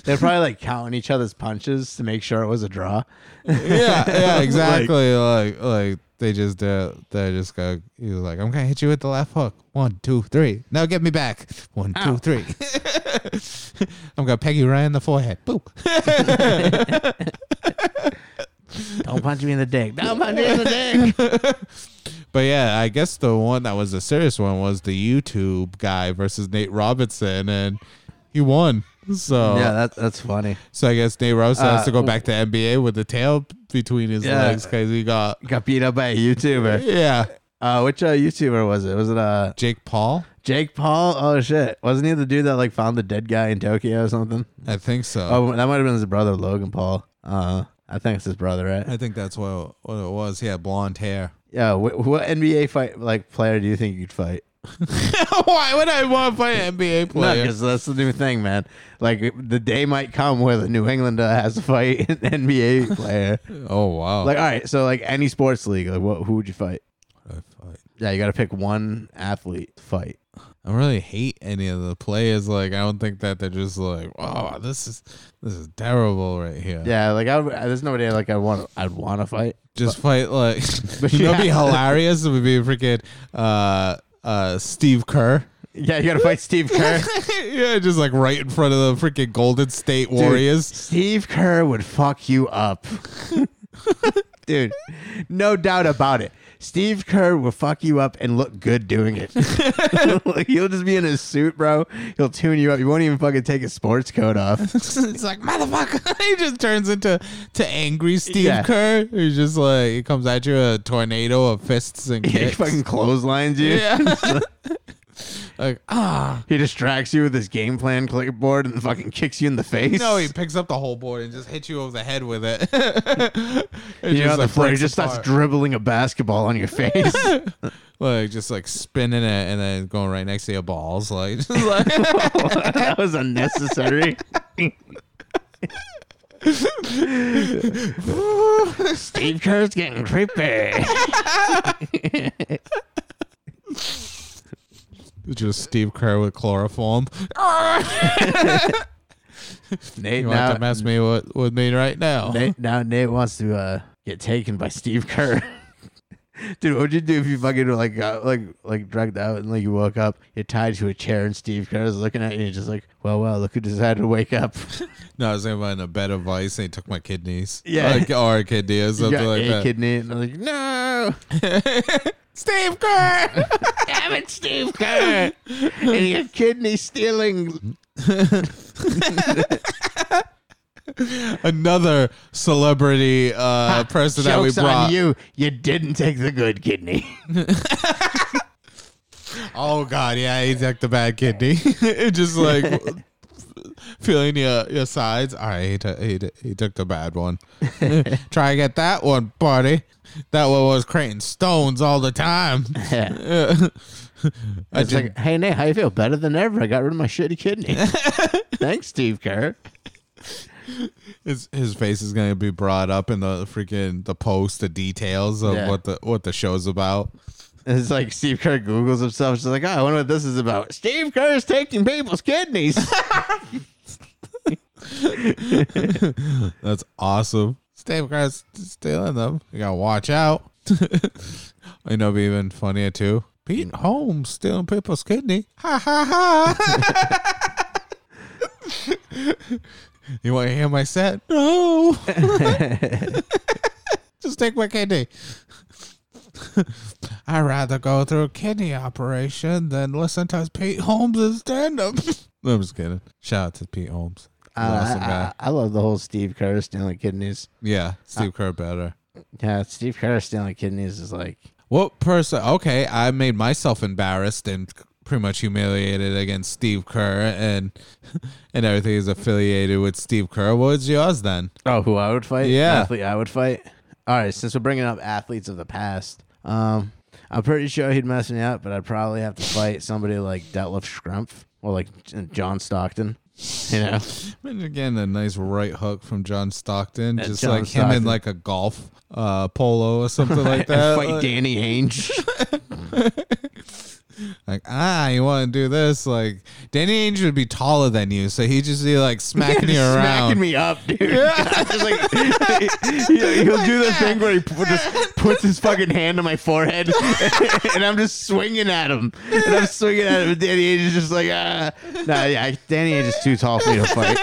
Speaker 1: They're probably like counting each other's punches to make sure it was a draw.
Speaker 2: yeah, yeah, exactly. Like, like, They just do. it. They just go. He was like, "I'm gonna hit you with the left hook. One, two, three. Now get me back. One, two, three. I'm gonna peg you right in the forehead. Boop.
Speaker 1: Don't punch me in the dick. Don't punch me in the dick.
Speaker 2: But yeah, I guess the one that was the serious one was the YouTube guy versus Nate Robinson, and he won. So
Speaker 1: yeah, that, that's funny.
Speaker 2: so I guess Nate Robinson has
Speaker 1: Uh,
Speaker 2: to go back to NBA with the tail between his
Speaker 1: Yeah.
Speaker 2: legs because he got
Speaker 1: Got beat up by a YouTuber.
Speaker 2: yeah
Speaker 1: Uh, which uh, YouTuber was it? Was it uh
Speaker 2: Jake Paul.
Speaker 1: Jake Paul? Oh shit! Wasn't he the dude that like found the dead guy in Tokyo or something?
Speaker 2: I think so.
Speaker 1: Oh, that might have been his brother Logan Paul. Uh, I think it's his brother, right?
Speaker 2: I think that's what what it was. He had blonde hair.
Speaker 1: Yeah. Wh- what NBA fight like player do you think you'd fight?
Speaker 2: Why would I want to play an NBA
Speaker 1: No,
Speaker 2: player?
Speaker 1: because that's the new thing, man. Like the day might come where the New Englander has to fight an NBA player.
Speaker 2: oh wow!
Speaker 1: like, all right, so like any sports league, like what? Who would you fight?
Speaker 2: I fight.
Speaker 1: Yeah, you got to pick one athlete to fight.
Speaker 2: I really hate any of the players. Like I don't think that they're just like, wow, this is this is terrible right here.
Speaker 1: Yeah, like I, would- there's nobody like I want. I'd want to fight.
Speaker 2: Just fight like
Speaker 1: But
Speaker 2: you know, what'd be
Speaker 1: yeah.
Speaker 2: hilarious. It would be freaking uh uh Steve Kerr.
Speaker 1: Yeah, you got to fight Steve Kerr.
Speaker 2: yeah, just like right in front of the freaking Golden State
Speaker 1: Dude,
Speaker 2: Warriors.
Speaker 1: Steve Kerr would fuck you up. Dude, no doubt about it. Steve Kerr will fuck you up and look good doing it. Like, He'll just be in his suit, bro. He'll tune you up. You won't even fucking take his sports coat off.
Speaker 2: it's like motherfucker. he just turns into to angry Steve
Speaker 1: Yeah.
Speaker 2: Kerr. He's just like he comes at you a tornado of fists and
Speaker 1: He
Speaker 2: kicks.
Speaker 1: fucking clotheslines you.
Speaker 2: yeah. like ah.
Speaker 1: He distracts you with his game plan clipboard and fucking kicks you in the face.
Speaker 2: No, he picks up the whole board and just hits you over the head with it. It
Speaker 1: you know, on the
Speaker 2: like,
Speaker 1: floor, he
Speaker 2: breaks
Speaker 1: just starts
Speaker 2: apart.
Speaker 1: dribbling a basketball on your face.
Speaker 2: like just like spinning it and then going right next to your balls, like, just like
Speaker 1: that was unnecessary. Steve Kerr's getting creepy.
Speaker 2: just Steve Kerr with chloroform.
Speaker 1: Nate
Speaker 2: You want
Speaker 1: now,
Speaker 2: to mess me with, with me right now?
Speaker 1: Nate now Nate wants to uh, get taken by Steve Kerr. Dude, what would you do if you fucking like got like like drugged out and like you woke up, you're tied to a chair and Steve Kerr's looking at you and you're just like, Well well, look who decided to wake up.
Speaker 2: No, I was talking about in a bed of ice and he took my kidneys.
Speaker 1: Yeah.
Speaker 2: Like, or a kidney or
Speaker 1: You
Speaker 2: something
Speaker 1: got
Speaker 2: like
Speaker 1: a
Speaker 2: that.
Speaker 1: kidney and I'm like, No
Speaker 2: Steve Kerr!
Speaker 1: damn it, Steve Kerr and your kidney stealing
Speaker 2: Another celebrity uh, person that we
Speaker 1: jokes
Speaker 2: brought.
Speaker 1: on you. You didn't take the good kidney.
Speaker 2: Oh god, yeah, he took the bad kidney. It just like feeling your your sides. All right, he, took he, t- he took the bad one. Try to get that one, buddy. That one was creating stones all the time. I
Speaker 1: It's
Speaker 2: just,
Speaker 1: like, hey Nate, how you feel? Better than ever. I got rid of my shitty kidney. Thanks, Steve Kerr.
Speaker 2: his, his face is gonna be brought up in the freaking the post, the details of
Speaker 1: Yeah.
Speaker 2: what the what the show's about.
Speaker 1: It's like Steve Kerr Googles himself. She's like, oh, I wonder what this is about. Steve Kerr's taking people's kidneys.
Speaker 2: That's awesome. Steve Kerr's stealing them. You gotta watch out. I know it'd be even funnier too. Pete Holmes stealing people's kidney. Ha ha ha. you want to hear my set? No. Just take my kidney. I'd rather go through a kidney operation than listen to Pete Holmes' stand up. I'm just kidding. Shout out to Pete Holmes.
Speaker 1: Uh,
Speaker 2: He's an awesome guy.
Speaker 1: I, I- I love the whole Steve Kerr stealing kidneys.
Speaker 2: Yeah, Steve Kerr better.
Speaker 1: Yeah, Steve Kerr stealing kidneys is like,
Speaker 2: What person? Okay, I made myself embarrassed and pretty much humiliated against Steve Kerr and and everything is affiliated with Steve Kerr. What's yours then?
Speaker 1: oh, who I would fight?
Speaker 2: Yeah.
Speaker 1: Athlete I would fight? All right, since we're bringing up athletes of the past, um, I'm pretty sure he'd mess me up, but I'd probably have to fight somebody like Detlef Scrumpf or like J- John Stockton. You know?
Speaker 2: And again, a nice right hook from John Stockton,
Speaker 1: Uh,
Speaker 2: just
Speaker 1: John
Speaker 2: like him in
Speaker 1: Stockton.
Speaker 2: like a golf uh, polo or something
Speaker 1: And
Speaker 2: like that.
Speaker 1: fight
Speaker 2: Like,
Speaker 1: Danny Ainge.
Speaker 2: Like, ah, you want to do this? Like, Danny Ainge would be taller than you, so he'd just be like smacking you
Speaker 1: Just
Speaker 2: around.
Speaker 1: smacking me up, dude. Just like, he, will do the thing where he pu- just puts his fucking hand on my forehead, and I'm just swinging at him, and I'm swinging at him. And Danny Ainge is just like, ah, nah, yeah. I- Danny Ainge is too tall for me to fight.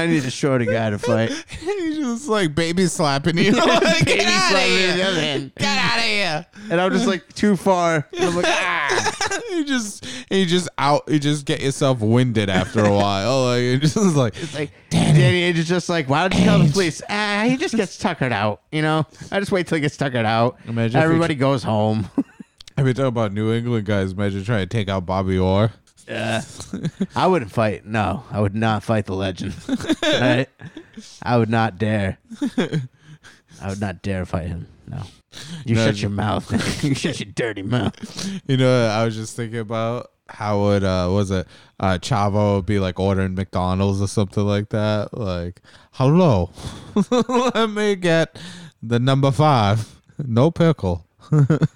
Speaker 1: I need a shorter guy to fight.
Speaker 2: He's just like baby slapping you.
Speaker 1: Baby
Speaker 2: Like, get out of
Speaker 1: slapping me in the
Speaker 2: here.
Speaker 1: other hand.
Speaker 2: Get out of here.
Speaker 1: And I'm just like too far. And I'm like, ah.
Speaker 2: you just you just out you just get yourself winded after a while. Like it just is like
Speaker 1: Like Danny. Ainge is just like, why don't you tell the police? Ah, he just gets tuckered out. You know, I just wait till he gets tuckered out.
Speaker 2: Imagine if he-
Speaker 1: everybody goes home.
Speaker 2: I've been talking about New England guys imagine trying to take out Bobby Orr.
Speaker 1: Uh, I wouldn't fight. No, I would not fight the legend. I, I would not dare. I would not dare fight him. No. You
Speaker 2: No,
Speaker 1: shut
Speaker 2: you-
Speaker 1: your mouth. you shut your dirty mouth.
Speaker 2: You know, I was just thinking about how would uh what was it uh Chavo would be like ordering McDonald's or something like that. Like, hello, let me get the number five, no pickle.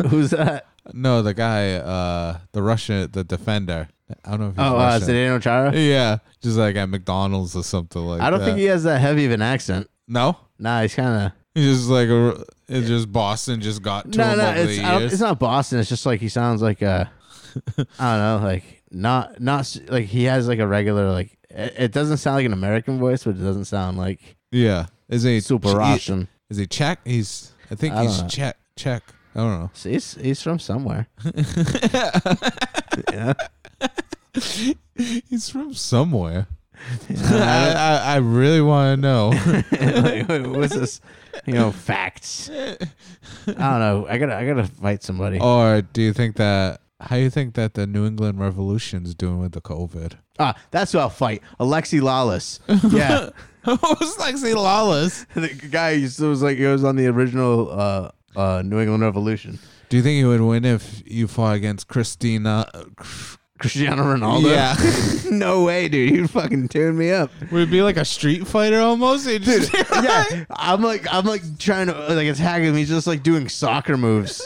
Speaker 1: Who's that?
Speaker 2: No, the guy, uh the Russian, the defender. I don't know if he's
Speaker 1: Oh, uh,
Speaker 2: Russian.
Speaker 1: Zdeno Chara.
Speaker 2: yeah, just like at McDonald's or something like.
Speaker 1: I don't
Speaker 2: that.
Speaker 1: think he has that heavy of an accent.
Speaker 2: No,
Speaker 1: Nah, he's kind of.
Speaker 2: He's just like a, it's just Boston just got to
Speaker 1: No,
Speaker 2: him
Speaker 1: no,
Speaker 2: over
Speaker 1: it's,
Speaker 2: the
Speaker 1: I don't-
Speaker 2: years.
Speaker 1: it's not Boston. It's just like he sounds like uh, I don't know, like not not s- like he has like a regular like. It, it doesn't sound like an American voice, but it doesn't sound like
Speaker 2: yeah, is he
Speaker 1: super
Speaker 2: he-
Speaker 1: Russian.
Speaker 2: Is he Czech? He's I think
Speaker 1: I don't
Speaker 2: he's
Speaker 1: know.
Speaker 2: Czech. Czech. I don't know.
Speaker 1: See, he's, he's from somewhere. yeah.
Speaker 2: He's from somewhere. I, I, I really want to know.
Speaker 1: like, wait, what's this? You know, facts. I don't know. I gotta, I gotta fight somebody. Ah,
Speaker 2: or do you think that? How you think that the New England Revolution's doing with the COVID?
Speaker 1: Ah, that's who I'll fight. Alexi Lawless. Yeah,
Speaker 2: Who's Lexi Lawless?
Speaker 1: the guy who used to- was like, it was on the original uh, uh, New England Revolution.
Speaker 2: Do you think he would win if you fought against Christina?
Speaker 1: Cristiano Ronaldo. no way, dude. You fucking tune me up.
Speaker 2: would it be like a street fighter almost? It just-
Speaker 1: yeah, I'm like I'm like trying to like attack him. He's just like doing soccer moves.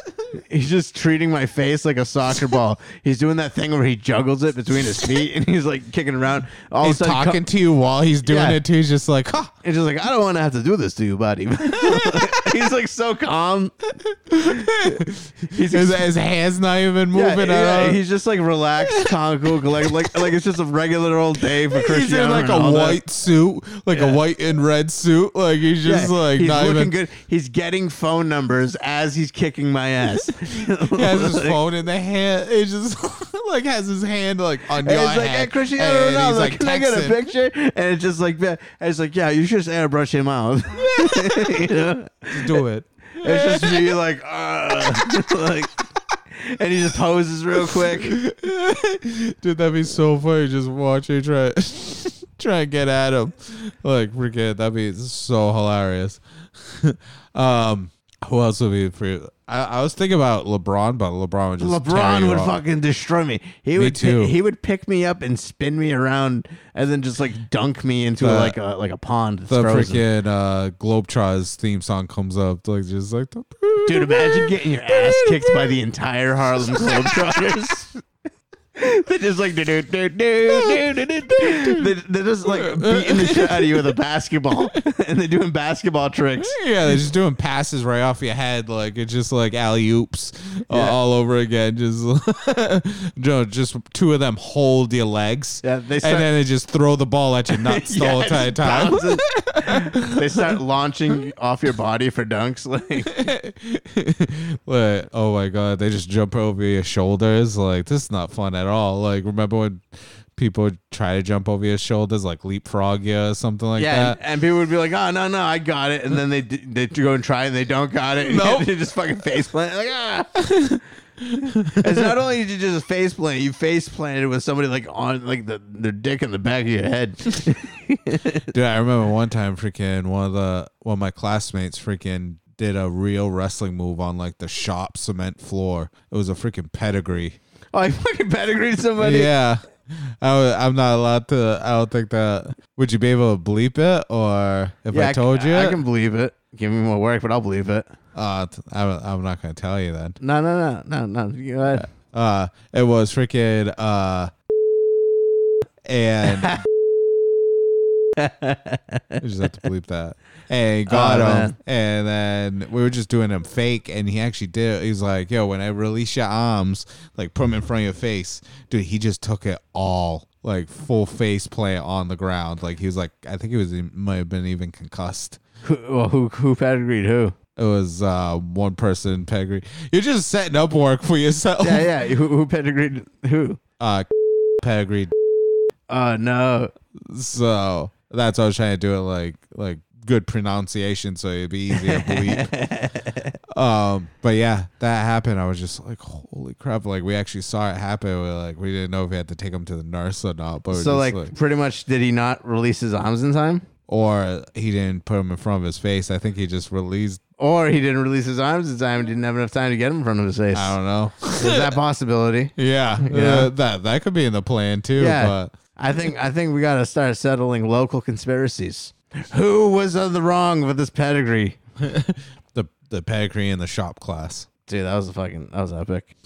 Speaker 1: He's just treating my face like a soccer ball. He's doing that thing where he juggles it between his feet and he's like kicking around. All
Speaker 2: he's
Speaker 1: of a sudden, co-
Speaker 2: talking to you while he's doing
Speaker 1: Yeah.
Speaker 2: it too. He's just like, huh.
Speaker 1: it's just like I don't want to have to do this to you, buddy. he's like so calm. He's
Speaker 2: His, his hand's not even
Speaker 1: yeah,
Speaker 2: moving
Speaker 1: yeah,
Speaker 2: at all.
Speaker 1: he's just like relaxed, calm, cool, collected, like like it's just a regular old day for Cristiano
Speaker 2: He's in like a
Speaker 1: Ronaldo.
Speaker 2: white suit, like a
Speaker 1: Yeah.
Speaker 2: white and red suit. Like he's just
Speaker 1: Yeah,
Speaker 2: like
Speaker 1: he's
Speaker 2: not
Speaker 1: looking
Speaker 2: even
Speaker 1: good. He's getting phone numbers as he's kicking my ass.
Speaker 2: He has his
Speaker 1: Like,
Speaker 2: phone in the hand. It just like has his hand like on
Speaker 1: And
Speaker 2: your
Speaker 1: it's like,
Speaker 2: head.
Speaker 1: hey, Cristiano
Speaker 2: and
Speaker 1: Ronaldo,
Speaker 2: he's like
Speaker 1: can I get a
Speaker 2: texting.
Speaker 1: picture? And it's just like, that. and it's like, yeah, you should just airbrush him out. you know?
Speaker 2: Do it.
Speaker 1: It's just me like, "Ugh." like, and he just poses real quick.
Speaker 2: Dude, that'd be so funny. Just watch you try, try and get at him. Like, forget that'd be so hilarious. um, who else would be free? I, I was thinking about LeBron, but LeBron would just tear
Speaker 1: LeBron
Speaker 2: you
Speaker 1: would
Speaker 2: up.
Speaker 1: fucking destroy me. He would pi-
Speaker 2: too.
Speaker 1: he would pick me up and spin me around, and then just like dunk me into
Speaker 2: The-
Speaker 1: like a like a pond. That's
Speaker 2: the
Speaker 1: frozen.
Speaker 2: freaking uh, Globetrotters theme song comes up, like just like the
Speaker 1: Dude, imagine getting your ass kicked by the entire Harlem Globetrotters. They're just like do do do do do do do. They- They're just like beating the shit out of you with a basketball, and they're doing basketball tricks.
Speaker 2: Yeah, they're just doing passes right off your head, like it's just like alley oops uh, all over again. Just, no, just two of them hold your legs,
Speaker 1: Yeah, they
Speaker 2: and
Speaker 1: start-
Speaker 2: then they just throw the ball at your nuts the whole
Speaker 1: Yeah,
Speaker 2: entire
Speaker 1: just
Speaker 2: time.
Speaker 1: bouncing. they start launching off your body for dunks. Like,
Speaker 2: like, oh my god, they just jump over your shoulders. Like this is not fun at all. Like remember when people would try to jump over your shoulders, like leapfrog you or something like
Speaker 1: yeah,
Speaker 2: that.
Speaker 1: and, and people would be like, "Oh no, no, I got it," and then they d- they go and try, and they don't got it. and
Speaker 2: Nope.
Speaker 1: they just fucking face plant. Like, ah. it's not only did you just face plant, you face planted with somebody like on like the their dick in the back of your head.
Speaker 2: Dude, I remember one time freaking one of the one of my classmates freaking did a real wrestling move on like the shop cement floor. It was a freaking pedigree.
Speaker 1: oh, I fucking pedigreed somebody.
Speaker 2: Yeah. I w- I'm not allowed to. I don't think that. Would you be able to bleep it, or if
Speaker 1: Yeah,
Speaker 2: I told
Speaker 1: c-
Speaker 2: you,
Speaker 1: I
Speaker 2: it?
Speaker 1: can believe it. Give me more work, but I'll believe it.
Speaker 2: Uh, t- I'm, I'm not gonna tell you then.
Speaker 1: No, no, no, no, no. You go ahead.
Speaker 2: Uh, it was freaking uh, and I just have to bleep that. And got
Speaker 1: Oh,
Speaker 2: him, and then we were just doing him fake, and he actually did. He's like, "Yo, when I release your arms, like put them in front of your face, dude." He just took it all, like full face plant on the ground. Like he was like, I think he was he might have been even concussed.
Speaker 1: Who, well, who who pedigreed who?
Speaker 2: It was uh, one person pedigree. You're just setting up work for yourself.
Speaker 1: Yeah, yeah. Who, who pedigreed who?
Speaker 2: Uh, pedigree.
Speaker 1: Oh no.
Speaker 2: So that's why I was trying to do it like like good pronunciation, so it'd be easy to bleep. um, but yeah, that happened. I was just like, holy crap! Like we actually saw it happen. We are like we didn't know if we had to take him to the nurse or not. But we're
Speaker 1: So
Speaker 2: just
Speaker 1: like, pretty much, did he not release his arms in time,
Speaker 2: or he didn't put him in front of his face. I think he just released.
Speaker 1: or he didn't release his arms in time and didn't have enough time to get him in front of his face?
Speaker 2: I don't know.
Speaker 1: There's that possibility.
Speaker 2: yeah,
Speaker 1: Yeah.
Speaker 2: Uh, that that could be in the plan too.
Speaker 1: Yeah.
Speaker 2: But
Speaker 1: I think I think we got to start settling local conspiracies. Who was on the wrong with this pedigree?
Speaker 2: the the pedigree in the shop class.
Speaker 1: Dude, that was a fucking that was epic.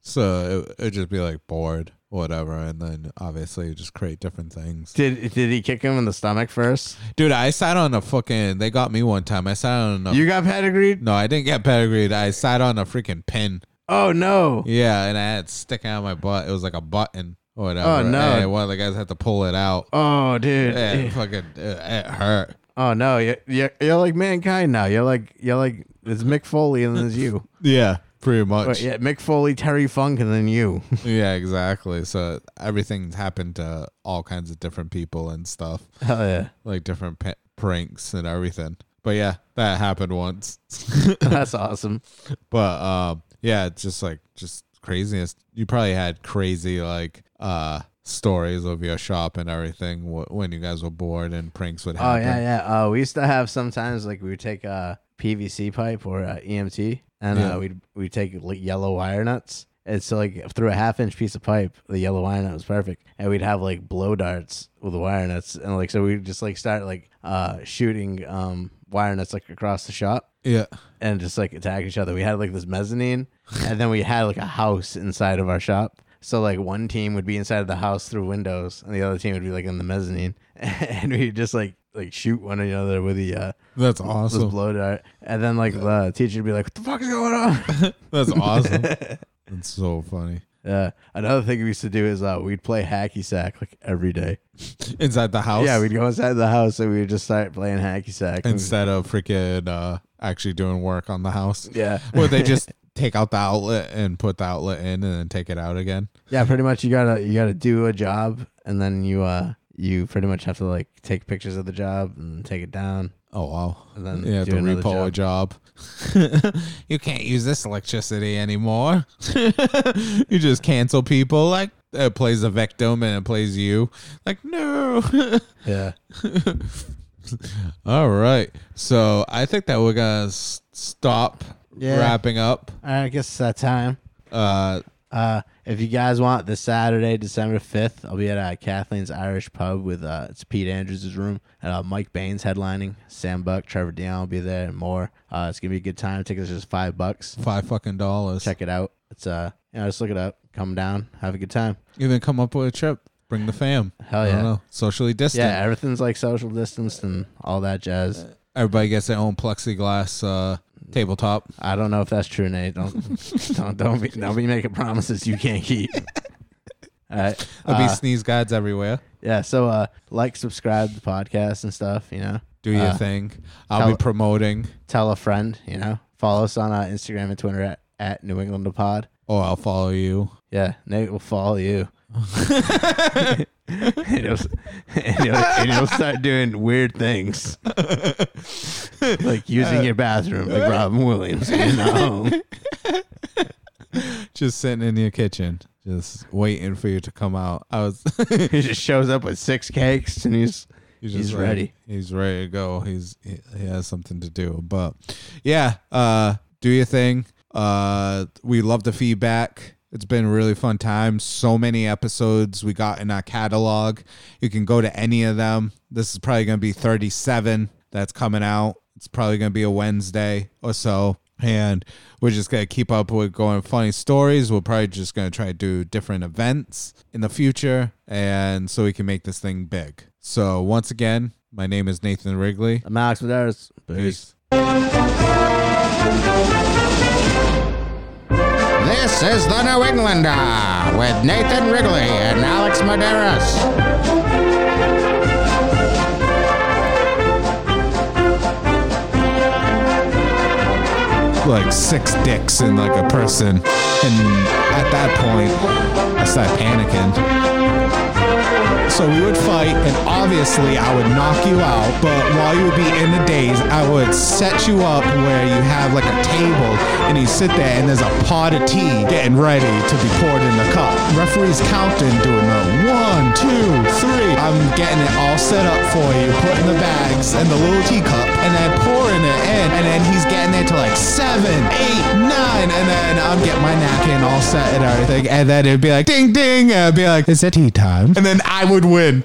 Speaker 2: So it would just be like bored, whatever, and then obviously you just create different things.
Speaker 1: Did did he kick him in the stomach first?
Speaker 2: Dude, I sat on a fucking. They got me one time. I sat on a.
Speaker 1: You got pedigreed?
Speaker 2: no, I didn't get pedigreed. I sat on a freaking pin.
Speaker 1: Oh no.
Speaker 2: Yeah, and I had it sticking out of my butt. It was like a button or whatever.
Speaker 1: Oh, no.
Speaker 2: And one of the guys had to pull it out.
Speaker 1: Oh dude.
Speaker 2: Yeah, it fucking, it, it hurt.
Speaker 1: Oh no. You're, you're, you're like mankind now. You're like you're like it's Mick Foley and then it's you.
Speaker 2: Yeah, pretty much.
Speaker 1: Wait, yeah, Mick Foley, Terry Funk, and then you.
Speaker 2: yeah, exactly. So everything's happened to all kinds of different people and stuff.
Speaker 1: Hell yeah.
Speaker 2: like different pa- pranks and everything. But yeah, that happened once.
Speaker 1: That's awesome.
Speaker 2: but um, yeah, it's just like just craziness. You probably had crazy like uh stories of your shop and everything wh- when you guys were bored and pranks would
Speaker 1: Oh
Speaker 2: happen.
Speaker 1: yeah, yeah. Uh, we used to have sometimes like we would take a PVC pipe or uh EMT, and
Speaker 2: Yeah.
Speaker 1: uh, we'd we would take like, yellow wire nuts. And so like through a half inch piece of pipe, the yellow wire nut was perfect, and we'd have like blow darts with the wire nuts, and like so we'd just like start like uh shooting um wire nuts like across the shop
Speaker 2: yeah,
Speaker 1: and just like attack each other. We had like this mezzanine, and then we had like a house inside of our shop. So like one team would be inside of the house through windows, and the other team would be like in the mezzanine, and we just like like shoot one another with the uh,
Speaker 2: that's
Speaker 1: with
Speaker 2: awesome.
Speaker 1: blow dart. And then like the teacher would be like, "What the fuck is going on?"
Speaker 2: That's awesome. That's so funny.
Speaker 1: Yeah. Another thing we used to do is uh, we'd play hacky sack like every day.
Speaker 2: Inside the house,
Speaker 1: Yeah, we'd go inside the house and we would just start playing hacky sack. And
Speaker 2: instead of freaking uh actually doing work on the house.
Speaker 1: yeah,
Speaker 2: Well, they just take out the outlet and put the outlet in and then take it out again.
Speaker 1: Yeah, pretty much you gotta you gotta do a job and then you uh you pretty much have to like take pictures of the job and take it down.
Speaker 2: Oh wow!
Speaker 1: And then
Speaker 2: you have
Speaker 1: do
Speaker 2: to
Speaker 1: another
Speaker 2: repo a job. you can't use this electricity anymore. you just cancel people. Like it plays the victim and it plays you. Like no.
Speaker 1: Yeah.
Speaker 2: All right. So I think that we're gonna s- stop
Speaker 1: Yeah.
Speaker 2: wrapping up.
Speaker 1: I guess it's that time.
Speaker 2: Uh,
Speaker 1: Uh if you guys want this Saturday, December fifth, I'll be at uh, Kathleen's Irish Pub with uh it's Pete Andrews' room and uh, Mike Baines headlining, Sam Buck, Trevor Dion will be there and more. Uh it's gonna be a good time. Tickets are just five bucks.
Speaker 2: five fucking dollars.
Speaker 1: Check it out. It's uh you know, just look it up. Come down, have a good time.
Speaker 2: Even come up with a trip. Bring the fam.
Speaker 1: Hell
Speaker 2: I don't
Speaker 1: yeah.
Speaker 2: know. Socially distant.
Speaker 1: Yeah, everything's like social distanced and all that jazz.
Speaker 2: Everybody gets their own plexiglass uh, tabletop.
Speaker 1: I don't know if that's true, Nate. Don't don't don't be, don't be making promises you can't keep. All right.
Speaker 2: There'll be
Speaker 1: Uh,
Speaker 2: sneeze guards everywhere.
Speaker 1: yeah. So uh, like, subscribe to the podcast and stuff. You know,
Speaker 2: Do your
Speaker 1: uh,
Speaker 2: thing. I'll
Speaker 1: tell-
Speaker 2: be promoting.
Speaker 1: tell a friend. You know, follow us on uh, Instagram and Twitter at, at New England the Pod.
Speaker 2: Oh, I'll follow you.
Speaker 1: Yeah, Nate will follow you. and, he'll, and, he'll, and he'll start doing weird things, like using your bathroom, like Robin Williams. You know?
Speaker 2: Just sitting in your kitchen, just waiting for you to come out. I was.
Speaker 1: he just shows up with six cakes and he's
Speaker 2: he's
Speaker 1: He's
Speaker 2: ready.
Speaker 1: ready.
Speaker 2: He's ready to go. He's he, he has something to do. But yeah, uh, do your thing. Uh, we love the feedback. It's been a really fun time. So many episodes we got in our catalog. You can go to any of them. This is probably going to be 37 that's coming out. It's probably going to be a Wednesday or so. and we're just gonna keep up with going funny stories. We're probably just gonna try to do different events in the future, and so we can make this thing big. So once again, my name is Nathan Wrigley.
Speaker 1: I'm Alex Medeiros. Peace.
Speaker 2: Peace.
Speaker 5: This is the New Englander with Nathan Wrigley and Alex Medeiros.
Speaker 2: Like six dicks in like a person, and at that point, I started panicking. So we would fight, and obviously I would knock you out. But while you would be in the daze, I would set you up where you have like a table, and you sit there, and there's a pot of tea getting ready to be poured in the cup. Referees counting, doing the one, two, three. I'm getting it all set up for you, putting the bags and the little teacup, and then pouring it in, and then he's getting there to like seven, eight, nine, and then I'm getting my napkin all set and everything, and then it'd be like ding ding, and I'd be like, it's it tea time, and then I would win.